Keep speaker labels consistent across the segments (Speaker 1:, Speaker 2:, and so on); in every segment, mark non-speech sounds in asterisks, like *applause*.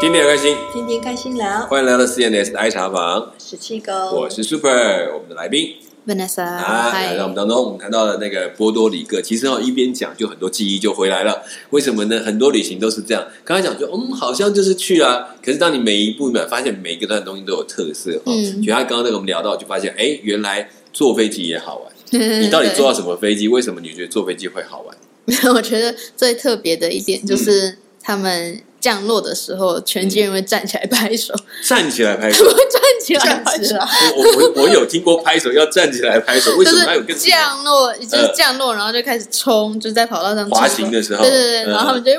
Speaker 1: 天天开心，
Speaker 2: 天天开心聊，
Speaker 1: 欢迎来到 CNS 的爱茶房，
Speaker 2: 十七个，
Speaker 1: 我是 Super，我们的来宾
Speaker 3: Vanessa，
Speaker 1: 啊，来到我们当中，我们谈到了那个波多黎各，其实哦，一边讲就很多记忆就回来了。为什么呢？很多旅行都是这样，刚才讲就嗯，好像就是去啊，可是当你每一步呢，发现每一段东西都有特色哦。
Speaker 3: 嗯
Speaker 1: 就像刚刚那个我们聊到，就发现哎，原来坐飞机也好玩。
Speaker 3: 你
Speaker 1: 你到底坐到什么飞机？为什么你觉得坐飞机会好玩？
Speaker 3: *laughs* 我觉得最特别的一点就是他们降落的时候，全机人会站起来
Speaker 1: *laughs*
Speaker 3: 拍手，
Speaker 1: 站起来拍
Speaker 3: *laughs*
Speaker 1: 手
Speaker 3: 我，站起来
Speaker 2: 站
Speaker 3: 拍
Speaker 2: 起
Speaker 3: 手，
Speaker 2: 来，
Speaker 1: 我我我我有听过拍手要站起来拍手，为
Speaker 3: 就
Speaker 1: 什么还有
Speaker 3: 是
Speaker 1: 更呃
Speaker 3: 降落，就是降落，然后就开始冲，就在跑道上冲
Speaker 1: 滑行的时候
Speaker 3: 对对对，
Speaker 1: 嗯
Speaker 3: 然后他们就哇，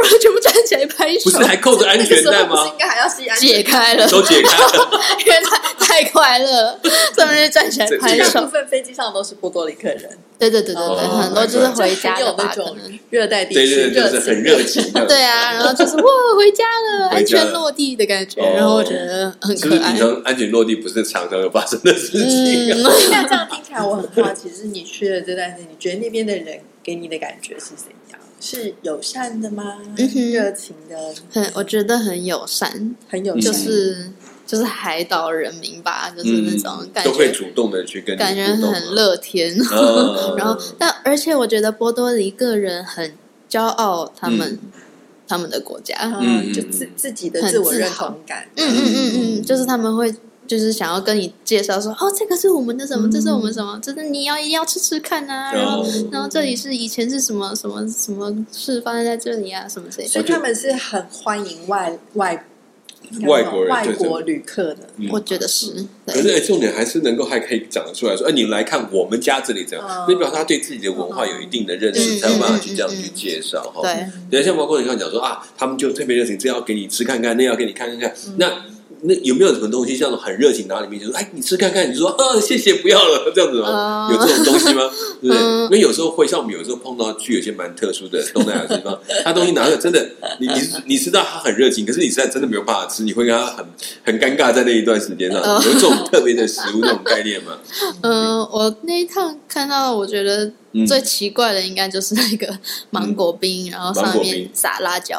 Speaker 3: 然后全部站起来拍手
Speaker 1: 不，是还扣着安全带
Speaker 2: 那个时候不是
Speaker 1: 吗？
Speaker 2: 应该还要系安
Speaker 3: 解
Speaker 2: 全
Speaker 3: 开 *laughs* 了，
Speaker 1: 都解开了，
Speaker 3: 因为太太快乐
Speaker 1: *laughs*
Speaker 3: 了，所以他们就站起来
Speaker 2: 带？
Speaker 3: 拍
Speaker 1: 这
Speaker 2: 大
Speaker 3: 手
Speaker 2: 部。分飞机上都是波多黎各人，
Speaker 3: 对对对对对，
Speaker 1: 哦
Speaker 3: 很多就是回家
Speaker 2: 就很有那
Speaker 3: 的吧，可
Speaker 2: 种
Speaker 3: 能。
Speaker 2: 热带地
Speaker 1: 对
Speaker 2: 区，
Speaker 1: 对对，就是很热情嗯的。
Speaker 3: 对
Speaker 1: *laughs*
Speaker 3: 啊，然后就是哇，回家了，
Speaker 1: 回
Speaker 3: 安
Speaker 1: 家了
Speaker 3: 全落地的感觉，
Speaker 1: 哦
Speaker 3: 然后我觉得很
Speaker 1: 是不
Speaker 3: 可
Speaker 1: 是
Speaker 3: 爱
Speaker 1: 平。常安全落地不是常常有发生的事情啊？
Speaker 3: 嗯，
Speaker 2: 那这样听起来我很好奇，是你去了这段时间，你觉得那边的人给你的感觉是怎样？是友善的吗？
Speaker 3: 嗯哼
Speaker 2: 热情的，
Speaker 3: 很，我觉得很友善，
Speaker 2: 很友善，
Speaker 3: 就是就是海岛人民吧，就是嗯那种
Speaker 1: 嗯
Speaker 3: 感
Speaker 1: 都会
Speaker 3: 觉，
Speaker 1: 主动的去跟你
Speaker 3: 感觉
Speaker 1: 互动
Speaker 3: 很乐天。 *laughs*
Speaker 1: 啊。
Speaker 3: 然后，但而且我觉得波多黎各人很骄傲，他们他们的国
Speaker 2: 嗯
Speaker 3: 家，
Speaker 1: 嗯嗯嗯
Speaker 2: 就自
Speaker 1: 嗯
Speaker 2: 自己的
Speaker 3: 很
Speaker 2: 自我
Speaker 3: 自
Speaker 2: 认
Speaker 3: 豪
Speaker 2: 同感，
Speaker 3: 嗯嗯嗯嗯，就是他们会。就是想要跟你介绍说，哦，这个是我们的什么，
Speaker 2: 嗯
Speaker 3: 这是我们什么，这是你要一定要吃吃看啊，然后
Speaker 1: 后
Speaker 3: 然后这
Speaker 1: 嗯
Speaker 3: 里是以前是什么什么什么事发生在这里啊，什么之类的。
Speaker 2: 所以他们是很欢迎外外
Speaker 1: 外国人
Speaker 2: 外
Speaker 1: 对
Speaker 2: 国旅客的。
Speaker 1: 嗯
Speaker 3: 我觉得是，
Speaker 1: 可
Speaker 3: 对
Speaker 1: 是、哎重点还是能够还可以讲得出来说，哎、你来看我们家这里怎样，
Speaker 2: 嗯
Speaker 1: 代表他对自己的文化有一定的认识，
Speaker 3: 哦嗯
Speaker 1: 才有办法
Speaker 3: 嗯
Speaker 1: 去这样
Speaker 3: 嗯嗯
Speaker 1: 去介绍哈。
Speaker 3: 对，
Speaker 1: 对，像包括你刚才讲说啊，他们就特别热情，这要给你吃看看，那要给你看看看，
Speaker 3: 嗯
Speaker 1: 那。那有没有什么东西像很热情拿你面前说，哎，你吃看看，你就说啊，谢谢，不要了，这样子吗？
Speaker 3: 哦
Speaker 1: 有这种东
Speaker 3: *laughs*
Speaker 1: 西吗？对不对？
Speaker 3: 嗯
Speaker 1: 因为有时候会像我们有时候碰到去有些蛮特殊的东南亚的地方，他东西拿了真的，你你你知道他很热情，可是你实在真的没有办法吃，你会跟他很很尴尬在那一段时间上，
Speaker 3: 哦
Speaker 1: 有这种特别的食物那种概念吗？
Speaker 3: 嗯、我那一趟看到，我觉得
Speaker 1: 嗯，
Speaker 3: 最奇怪的应该就是那个芒果冰，然后
Speaker 1: 芒
Speaker 3: 上
Speaker 1: 果
Speaker 3: 面
Speaker 1: 冰
Speaker 3: 撒辣椒，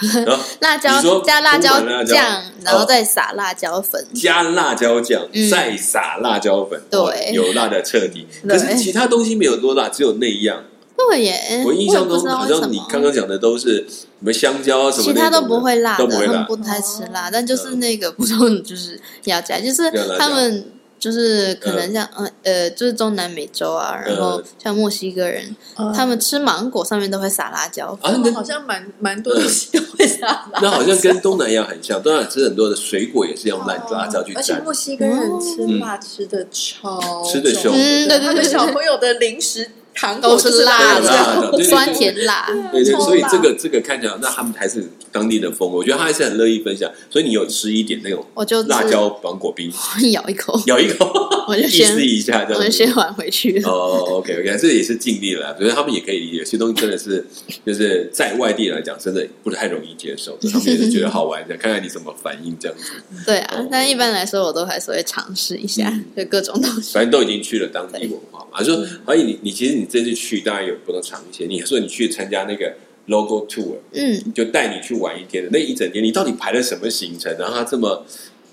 Speaker 1: *laughs* 然后
Speaker 3: 辣
Speaker 1: 你说
Speaker 3: 椒加辣椒
Speaker 1: 充满辣椒哦
Speaker 3: 酱，然后再撒辣椒粉。
Speaker 1: 加辣椒酱，
Speaker 3: 嗯
Speaker 1: 再撒辣椒粉，
Speaker 3: 对
Speaker 1: 哦有辣的彻底。可
Speaker 3: 对
Speaker 1: 是其他东西没有多辣，只有那一样。
Speaker 3: 对耶，
Speaker 1: 我印象
Speaker 3: 嗯也不
Speaker 1: 中
Speaker 3: 知道
Speaker 1: 好
Speaker 3: 为什
Speaker 1: 像你
Speaker 3: 么。
Speaker 1: 刚刚讲的都是什么香蕉啊什么
Speaker 3: 其
Speaker 1: 那种的，
Speaker 3: 他都不会辣
Speaker 1: 都
Speaker 3: 的，
Speaker 1: 不会
Speaker 3: 他
Speaker 1: 辣嗯
Speaker 3: 们不太吃辣，但就是那个不重，就是要加，就是
Speaker 1: 要辣椒嗯
Speaker 3: 他们就是可能像呃呃，就是中南美洲啊，然后像墨西哥人，他们吃芒果上面都会撒辣椒，
Speaker 1: 嗯啊。
Speaker 2: 们好
Speaker 1: 那
Speaker 2: 像蛮蛮多东西都会 *laughs* 撒辣，
Speaker 1: 那好像跟东南亚很像，东南亚吃很多的水果也是用
Speaker 3: 哦
Speaker 1: 辣辣椒去
Speaker 2: 而且
Speaker 1: 蘸。
Speaker 2: 墨西哥人吃辣吃的超
Speaker 1: 吃得凶
Speaker 2: 重
Speaker 3: 嗯，对
Speaker 2: 他
Speaker 3: 对
Speaker 2: 们
Speaker 3: 对，
Speaker 2: 小朋友的零食糖果
Speaker 3: 都是辣
Speaker 1: 都是辣的对对
Speaker 3: 的，
Speaker 1: 对
Speaker 3: 酸甜辣，
Speaker 1: 对对，
Speaker 2: 超辣
Speaker 1: 所以这个这个看起来，那他们还是当地的风，我觉得他还是很乐意分享。所以你有吃一点那种
Speaker 3: 我就吃
Speaker 1: 辣椒芒果冰，
Speaker 3: 咬一口，
Speaker 1: 咬一口，
Speaker 3: 我就
Speaker 1: 意
Speaker 3: 先
Speaker 1: 思一下，这
Speaker 3: 我
Speaker 1: 样
Speaker 3: 就
Speaker 1: 子。
Speaker 3: 先还回去了。
Speaker 1: 哦，OK OK，这也是尽力了啦，觉得他们也可以理解，有些东西真的是就是在外地来讲，真的不太容易接
Speaker 3: *laughs*
Speaker 1: 受，他们也是觉得好玩，想看看你怎么反应这样子。
Speaker 3: *laughs* 对
Speaker 1: 哦
Speaker 3: 啊，但一般来说我都还是会尝试一下，
Speaker 1: 嗯
Speaker 3: 就各种东西。
Speaker 1: 反正都已经去了当地文化嘛，说
Speaker 3: 嗯
Speaker 1: 而且你你其实你这次去当然有不能尝一些，你还说你去参加那个 logo tour，
Speaker 3: 嗯，
Speaker 1: 就带你去玩一天的那一整天，你到底排了什么行程，然后它这么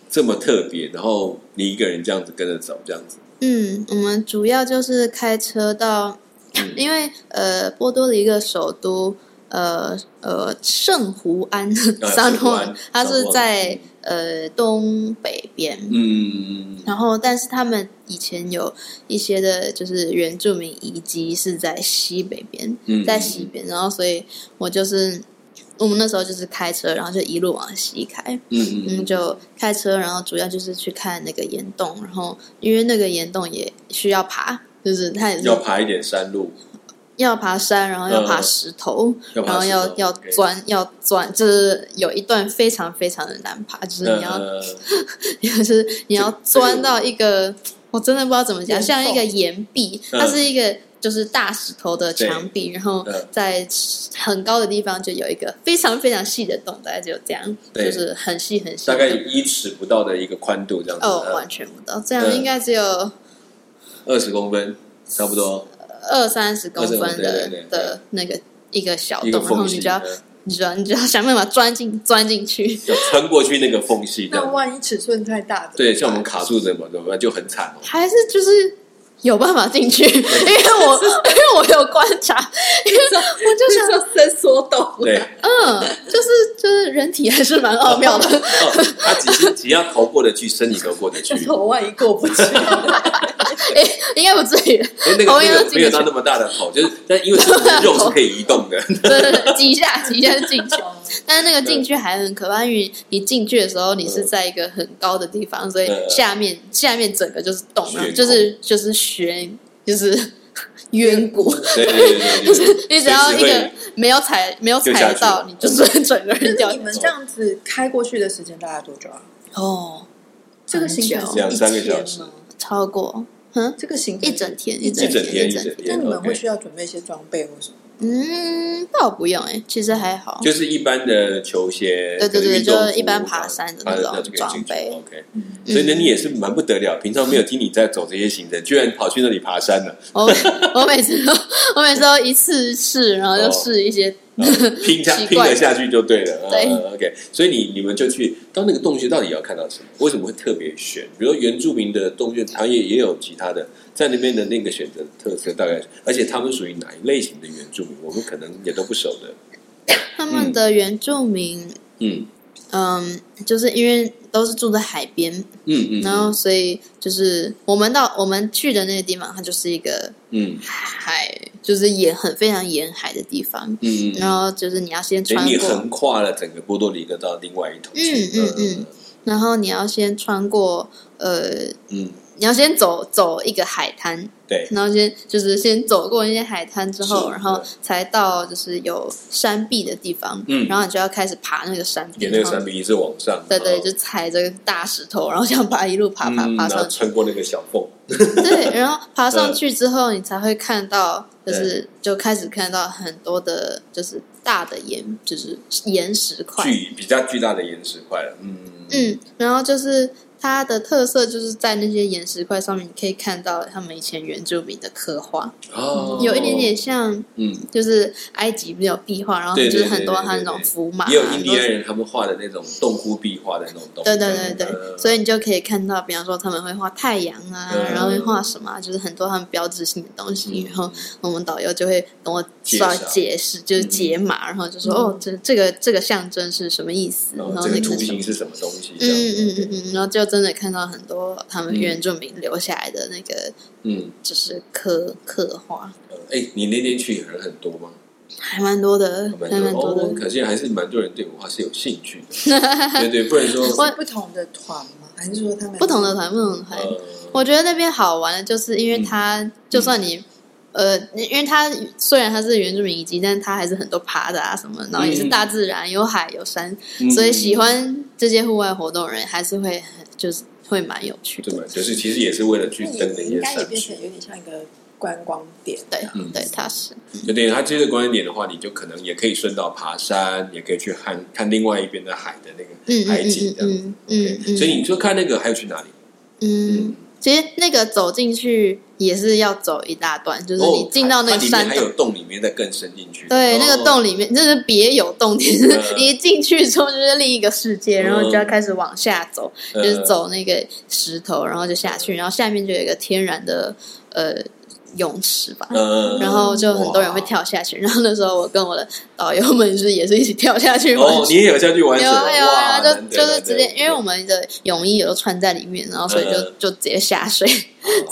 Speaker 1: 这么特别，然后你一个人这样子跟着走这样子，
Speaker 3: 嗯，我们主要就是开车到，
Speaker 1: 嗯
Speaker 3: *clears throat* 因为呃，波多黎各首都呃呃圣胡 *laughs* 安
Speaker 1: 呃
Speaker 3: 桑
Speaker 1: 圣胡
Speaker 3: 托
Speaker 1: 安嗯
Speaker 3: 尔，它
Speaker 1: 圣
Speaker 3: 是
Speaker 1: 胡安
Speaker 3: 在呃东北边。
Speaker 1: 嗯，
Speaker 3: 然后，但是他们以前有一些的，就是原住民遗迹是在西北边，
Speaker 1: 嗯
Speaker 3: 在西边。然后，所以我就是我们那时候就是开车，然后就一路往西开。
Speaker 1: 嗯
Speaker 3: 嗯，就开车，然后主要就是去看那个岩洞，然后因为那个岩洞也需要爬，就是它也是
Speaker 1: 要爬一点山路，
Speaker 3: 要爬山，然后要爬
Speaker 1: 嗯
Speaker 3: 石头，
Speaker 1: 要爬
Speaker 3: 然后
Speaker 1: 石
Speaker 3: 要
Speaker 1: 头
Speaker 3: 要
Speaker 1: OK
Speaker 3: 钻，要钻，就是有一段非常非常的难爬，就是你要、
Speaker 1: 呃
Speaker 3: 就是你要钻到一个，我真的不知道怎么讲，
Speaker 2: 岩
Speaker 3: 像一个
Speaker 2: 缝
Speaker 3: 岩壁，
Speaker 1: 嗯
Speaker 3: 它是一个就是大石头的墙壁，然后
Speaker 1: 嗯
Speaker 3: 在很高的地方就有一个非常非常细的洞，大概只有这样，
Speaker 1: 对
Speaker 3: 就是很细很细
Speaker 1: 大
Speaker 3: 的洞，
Speaker 1: 概一尺不到的一个宽度这样子，
Speaker 3: 哦，
Speaker 1: 嗯
Speaker 3: 完全不到，这样
Speaker 1: 嗯
Speaker 3: 应该只有
Speaker 1: 二十公分，差不不多
Speaker 3: 二三十公
Speaker 1: 20公
Speaker 3: 分
Speaker 1: 分
Speaker 3: 的
Speaker 1: 对对对
Speaker 3: 的那个一个小
Speaker 1: 一个
Speaker 3: 洞，然后
Speaker 1: 缝
Speaker 3: 你
Speaker 1: 隙。
Speaker 3: 就要
Speaker 1: 嗯
Speaker 3: 你知道，你只要想办法钻进钻进去。
Speaker 1: 要穿过去那个缝隙这
Speaker 2: 那
Speaker 1: 样。
Speaker 2: 万一尺寸太大的，
Speaker 1: 对，像我们卡住怎么怎么办就很惨哦。
Speaker 3: 还是就是有办法进
Speaker 1: *laughs*
Speaker 3: 去，因为我因为我有观察，因为我就想，
Speaker 2: 说伸缩动，
Speaker 1: 对，
Speaker 3: 嗯，就是就是人体还是蛮奥
Speaker 1: *laughs*
Speaker 3: 妙的，
Speaker 1: 哦，他只是只要头过得去，身体都过得去
Speaker 2: 但，是我万一过
Speaker 3: *laughs*
Speaker 2: 不去，
Speaker 3: 诶应该不至于，
Speaker 1: 所以那个
Speaker 3: 头应该
Speaker 1: 那
Speaker 3: 进
Speaker 1: 个没
Speaker 3: 得
Speaker 1: 有到那么大的头，就是但因为我们的肉是可以移动的，
Speaker 3: 对对对，挤一下挤一下就进
Speaker 1: *laughs*
Speaker 3: 去。但是那个进去还很可怕，因为你进去的时候，你是在一个很高的地方，所以
Speaker 1: 嗯
Speaker 3: 下面下面整个就是洞
Speaker 1: 悬，空
Speaker 3: 就是就是悬，就是
Speaker 1: *laughs*
Speaker 3: 渊谷。
Speaker 1: 对对对对对对，
Speaker 3: 你只要一
Speaker 1: 随时
Speaker 3: 个
Speaker 1: 会
Speaker 3: 没有踩没有
Speaker 1: 就下
Speaker 3: 踩
Speaker 1: 去
Speaker 3: 到，你就是整个人
Speaker 2: 但
Speaker 3: 掉
Speaker 2: 是你。们这样子开过去的时间大概多久啊？
Speaker 3: 哦，
Speaker 2: 这个行程是
Speaker 1: 两三个
Speaker 2: 一天
Speaker 1: 小时
Speaker 2: 吗？
Speaker 3: 超过嗯
Speaker 2: 这个行程
Speaker 3: 一整天
Speaker 2: 一
Speaker 3: 整
Speaker 1: 整天
Speaker 3: 一
Speaker 1: 一整
Speaker 3: 整
Speaker 1: 天
Speaker 2: 那你们
Speaker 1: OK
Speaker 2: 会需要准备一些装备或什么？
Speaker 3: 嗯，倒不用哎，其实还好。
Speaker 1: 就是一般的球鞋，
Speaker 3: 对对对
Speaker 1: 可能运动服
Speaker 3: 就是一般爬山的那种
Speaker 1: 爬就可以进去
Speaker 3: 装备嗯
Speaker 1: OK，所以呢，你也是蛮不得了，平常没有听你在走这些行程，居然跑去那里爬山了，
Speaker 3: 我我每 *laughs* 次都我每次都一次试，然后就试一些
Speaker 1: 呃拼
Speaker 3: *laughs*
Speaker 1: 下
Speaker 3: 奇怪
Speaker 1: 拼得下去就对了。
Speaker 3: 对
Speaker 1: 呃，OK，所以你你们就去到那个洞穴，到底要看到什么？为什么会特别选？比如说原住民的洞穴，它也也有其他的，在那边的那个选择特色大概，而且他们属于哪一类型的原住民，我们可能也都不熟的。
Speaker 3: 他们的原住民，
Speaker 1: 嗯
Speaker 3: 嗯，就是因为都是住在海边，
Speaker 1: 嗯嗯，
Speaker 3: 然后所以就是我们到我们去的那个地方，它就是一个
Speaker 1: 嗯
Speaker 3: 海，就是沿很非常沿海的地方。
Speaker 1: 嗯嗯，
Speaker 3: 然后就是你要先
Speaker 1: 所
Speaker 3: 穿
Speaker 1: 以你
Speaker 3: 过，
Speaker 1: 横跨了整个波多黎各到另外一头去。
Speaker 3: 嗯嗯嗯然后你要先穿过，呃，
Speaker 1: 嗯，
Speaker 3: 你要先走走一个海滩，
Speaker 1: 对，
Speaker 3: 然后先就是先走过那些海滩之后，
Speaker 1: 是
Speaker 3: 然后
Speaker 1: 对
Speaker 3: 才到就是有山壁的地方，
Speaker 1: 嗯
Speaker 3: 然后你就要开始爬那个山壁，
Speaker 1: 沿那个
Speaker 3: 然后
Speaker 1: 山壁是往上，
Speaker 3: 对对，
Speaker 1: 然后
Speaker 3: 就踩着大石头，然后这样爬一路爬爬
Speaker 1: 嗯
Speaker 3: 爬
Speaker 1: 然后
Speaker 3: 上去，
Speaker 1: 穿过那个小缝，
Speaker 3: 对，然后爬上去之后，你才会看到，就是就开始看到很多的，就是大的岩，就是岩石块，
Speaker 1: 巨比较巨大的岩石块了。嗯
Speaker 3: 嗯，然后就是它的特色就是在那些岩石块上面，你可以看到他们以前原住民的刻画，
Speaker 1: 哦，
Speaker 3: 有一点点像，
Speaker 1: 嗯，
Speaker 3: 就是埃及没有壁画，然后
Speaker 1: 对
Speaker 3: 就
Speaker 1: 对
Speaker 3: 是很多
Speaker 1: 对对
Speaker 3: 它那
Speaker 1: 对
Speaker 3: 种
Speaker 1: 对
Speaker 3: 符码啊，
Speaker 1: 也有印第安
Speaker 3: 很多
Speaker 1: 人他们画的那种洞窟壁画的那种东西。
Speaker 3: 对对对对，
Speaker 1: 嗯
Speaker 3: 所以你就可以看到，比方说他们会画太阳啊，
Speaker 1: 嗯
Speaker 3: 然后会画什么啊、就是很多他们标志性的东西。
Speaker 1: 嗯
Speaker 3: 然后我们导游就会跟我
Speaker 1: 介
Speaker 3: 稍微
Speaker 1: 绍
Speaker 3: 解释，就是解码，然后就说、
Speaker 2: 嗯
Speaker 3: 哦，这这个这个象征是什么意思，
Speaker 1: 然
Speaker 3: 然
Speaker 1: 后哦
Speaker 3: 后
Speaker 1: 这个
Speaker 3: 那个
Speaker 1: 图
Speaker 3: 什么。
Speaker 1: 形是什么东西？
Speaker 3: 嗯
Speaker 1: 这样
Speaker 3: 嗯嗯嗯，然后就真的看到很多他们
Speaker 1: 嗯
Speaker 3: 原住民留下来的那个，
Speaker 1: 嗯，
Speaker 3: 就是刻刻画，
Speaker 1: 呃哎，你那天去人很多吗？
Speaker 3: 还蛮多的，还蛮多
Speaker 1: 哦，
Speaker 3: 的。
Speaker 1: 可见还是蛮多人对文化是有兴趣的。
Speaker 3: *laughs*
Speaker 1: 对对，不然说
Speaker 3: 我
Speaker 2: 是不同的团吗？还是说他们
Speaker 3: 不同的团，不同的团，
Speaker 1: 呃，
Speaker 3: 我觉得那边好玩的就是，因为
Speaker 1: 嗯
Speaker 3: 它就算你、呃，因为它虽然它是原住民遗迹，但它还是很多爬的啊什么，然后也是大自然，有海有山，
Speaker 1: 嗯
Speaker 3: 所以喜欢这些户外活动的人还是会很就是会蛮有趣
Speaker 1: 对
Speaker 3: 的。
Speaker 1: 嘛，就是其实也是为了去
Speaker 2: 那
Speaker 1: 登那
Speaker 2: 也
Speaker 1: 些
Speaker 2: 应该也
Speaker 1: 山
Speaker 2: 变
Speaker 1: 区
Speaker 2: 成。有点像一个观光点啊，
Speaker 3: 对、
Speaker 1: 嗯
Speaker 3: 对，它是
Speaker 1: 有点他接着观点的话，你就可能也可以顺道爬山，也可以去看看另外一边的海的那
Speaker 3: 嗯
Speaker 1: 个海景这样。
Speaker 3: 嗯嗯嗯
Speaker 1: OK，
Speaker 3: 嗯，
Speaker 1: 所以你就看那个还有去哪里？
Speaker 3: 嗯，其实那个走进去也是要走一大段，就是
Speaker 1: 哦
Speaker 3: 你进到那
Speaker 1: 它
Speaker 3: 个
Speaker 1: 里面
Speaker 3: 山
Speaker 1: 还
Speaker 3: 洞
Speaker 1: 有洞里面再更深进去。
Speaker 3: 对，那个
Speaker 1: 哦
Speaker 3: 洞里面真是别有洞天，
Speaker 1: 嗯
Speaker 3: 你一进去之后就是另一个世界，然后就要
Speaker 1: 嗯
Speaker 3: 开始往下走，
Speaker 1: 呃
Speaker 3: 就是。走那个石头，然后就下去，然后下面就有一个天然的呃泳池吧。
Speaker 1: 呃，
Speaker 3: 然后就很多人会
Speaker 1: 哇。
Speaker 3: 跳下去，然后那时候我跟我的导游们是也是一起跳下去玩
Speaker 1: 哦，你也有下去玩水？
Speaker 3: 有啊有啊，
Speaker 1: 哇
Speaker 3: 然后
Speaker 1: 难得
Speaker 3: 就就
Speaker 1: 难
Speaker 3: 是
Speaker 1: 得
Speaker 3: 直接，因为我们的泳衣也都穿在里面，然后所以就
Speaker 1: 嗯
Speaker 3: 就直接下水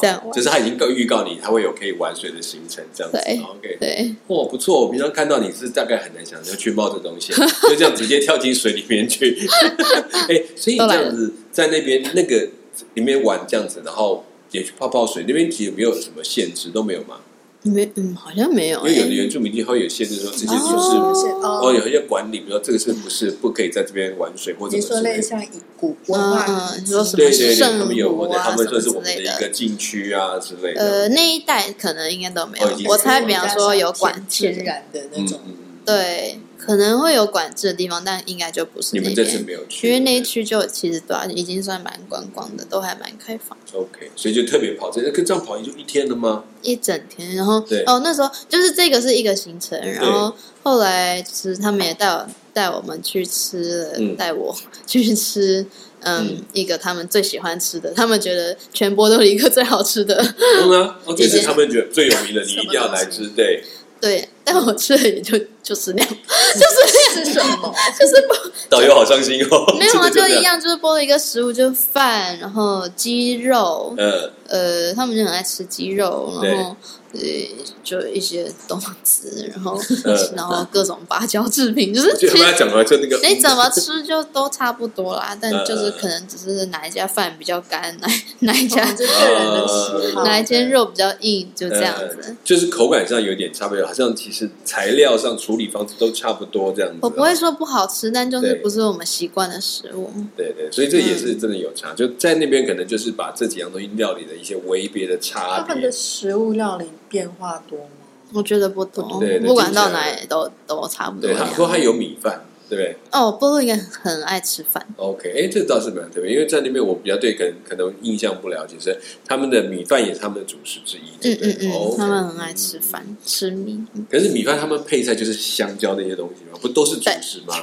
Speaker 3: 这样玩
Speaker 1: 哦就。是他已经告预告你，他会有可以玩水的行程这样子。
Speaker 3: 对
Speaker 1: OK，
Speaker 3: 对，
Speaker 1: 哇，不错！我平常看到你是大概很难想象去冒这东西， *laughs* 就这样直接跳进水里面去。 *laughs* 哎，所以这
Speaker 3: 都来
Speaker 1: 样子在那边那个里面玩这样子，然后也去泡泡水，那边其实没有什么限制都没有嘛，
Speaker 3: 没嗯，好像没有
Speaker 1: 因为有的
Speaker 3: 欸。
Speaker 1: 原住民地会有限制，说这些就
Speaker 3: 哦
Speaker 1: 是。哦，
Speaker 2: 哦，
Speaker 1: 有一些管理，比如说这个是不是不可以在这边玩水，或者
Speaker 2: 你说
Speaker 1: 是
Speaker 2: 类似像以古文
Speaker 3: 嗯
Speaker 2: 化
Speaker 3: 嗯
Speaker 2: 遗迹，
Speaker 3: 你说什么
Speaker 1: 对对对，
Speaker 3: 圣
Speaker 1: 他们有
Speaker 3: 母
Speaker 1: 我的，
Speaker 3: 啊
Speaker 1: 他们
Speaker 3: 什么
Speaker 1: 算是我
Speaker 3: 之
Speaker 1: 们的
Speaker 3: 类
Speaker 1: 一
Speaker 3: 的
Speaker 1: 个禁区啊之类的。
Speaker 3: 呃，那一带可能应该都没有
Speaker 1: 哦已经，
Speaker 3: 我
Speaker 1: 是
Speaker 3: 猜
Speaker 1: 了
Speaker 3: 比方说有管
Speaker 2: 天
Speaker 3: 制，
Speaker 2: 然的那
Speaker 1: 嗯
Speaker 2: 种，
Speaker 1: 嗯嗯
Speaker 3: 对，可可能会有管制的地方，但应该就不是
Speaker 1: 你
Speaker 3: 那
Speaker 1: 们
Speaker 3: 边。
Speaker 1: 这次没有去，
Speaker 3: 因为那一区就其实对啊，已经算蛮观光的，都还蛮开放，
Speaker 1: OK，所以就特别跑这，跟这样跑也就一天了吗？
Speaker 3: 一整天。然后
Speaker 1: 对
Speaker 3: 哦，那时候就是这个是一个行程，然后后来其实他们也带我带我们去吃了，
Speaker 1: 嗯
Speaker 3: 带我 *laughs* 去吃。嗯，
Speaker 1: 嗯
Speaker 3: 一个他们最喜欢吃的，他们觉得全波多黎各最好吃的，
Speaker 1: 嗯 *laughs* 啊，哦，这
Speaker 3: 以
Speaker 1: 是
Speaker 3: 前
Speaker 1: 他们觉得最有名的，你
Speaker 2: 什么
Speaker 1: 一定要来
Speaker 2: 东西
Speaker 1: 吃。
Speaker 3: *laughs*
Speaker 1: 对，
Speaker 3: 对，但我吃了也就就是
Speaker 1: *laughs*
Speaker 3: 那样，
Speaker 2: 是什
Speaker 3: *laughs*
Speaker 2: 么？
Speaker 3: 就是不
Speaker 1: 导游好伤心哦。
Speaker 3: 没有啊，
Speaker 1: 真的
Speaker 3: 就一
Speaker 1: 这。
Speaker 3: 样，就是波多黎各食物，就是饭，然后鸡肉，
Speaker 1: 嗯，
Speaker 3: 呃，他们就很爱吃鸡肉，
Speaker 1: 对
Speaker 3: 然后呃，就一些冬子，然
Speaker 1: *laughs*
Speaker 3: 后
Speaker 1: 嗯
Speaker 3: *laughs* 然后各种芭蕉制品，就
Speaker 1: 我
Speaker 3: 是
Speaker 1: 觉
Speaker 3: 其
Speaker 1: 得他
Speaker 3: 实哎
Speaker 1: 讲完就那个，
Speaker 3: 你怎么吃就都差不多啦，
Speaker 1: *laughs*
Speaker 3: 但
Speaker 1: 嗯
Speaker 3: 就是
Speaker 1: 嗯嗯
Speaker 3: 可能只是哪一家饭比较干，哪
Speaker 1: *laughs*
Speaker 3: 哪一家
Speaker 2: 哦这个人的喜
Speaker 1: 呃
Speaker 2: 好，
Speaker 3: 哪一间肉比较硬，就这样子。
Speaker 1: 嗯就是口感上有点差别，好像其实材料上处理方式都差不多这样子。
Speaker 3: 我不会，说不好吃，但就是
Speaker 1: 对
Speaker 3: 不是我们习惯的食物。
Speaker 1: 对对，所以这也是真的有差。就在那边可能就是把这几样东西料理的一些微别的差
Speaker 2: 他们
Speaker 1: 别
Speaker 2: 的。食物料理变化多吗？
Speaker 3: 我觉得不同
Speaker 1: 对，对
Speaker 3: 不管到哪里都都差不多
Speaker 1: 对，
Speaker 3: 那
Speaker 1: 他说
Speaker 3: 样。
Speaker 1: 还有米饭，对不对？
Speaker 3: 哦，波多应该很爱吃饭，
Speaker 1: OK，哎，这倒是蛮特别，因为在那边我比较对可能可能印象不了解，是他们的米饭也是他们的主食之一。对
Speaker 3: 嗯
Speaker 1: 不对
Speaker 3: 嗯嗯，
Speaker 1: 哦 OK
Speaker 3: 他们很爱吃饭，吃米。
Speaker 1: 可是米饭他们配菜就是香蕉那些东西嘛，不都是主食吗？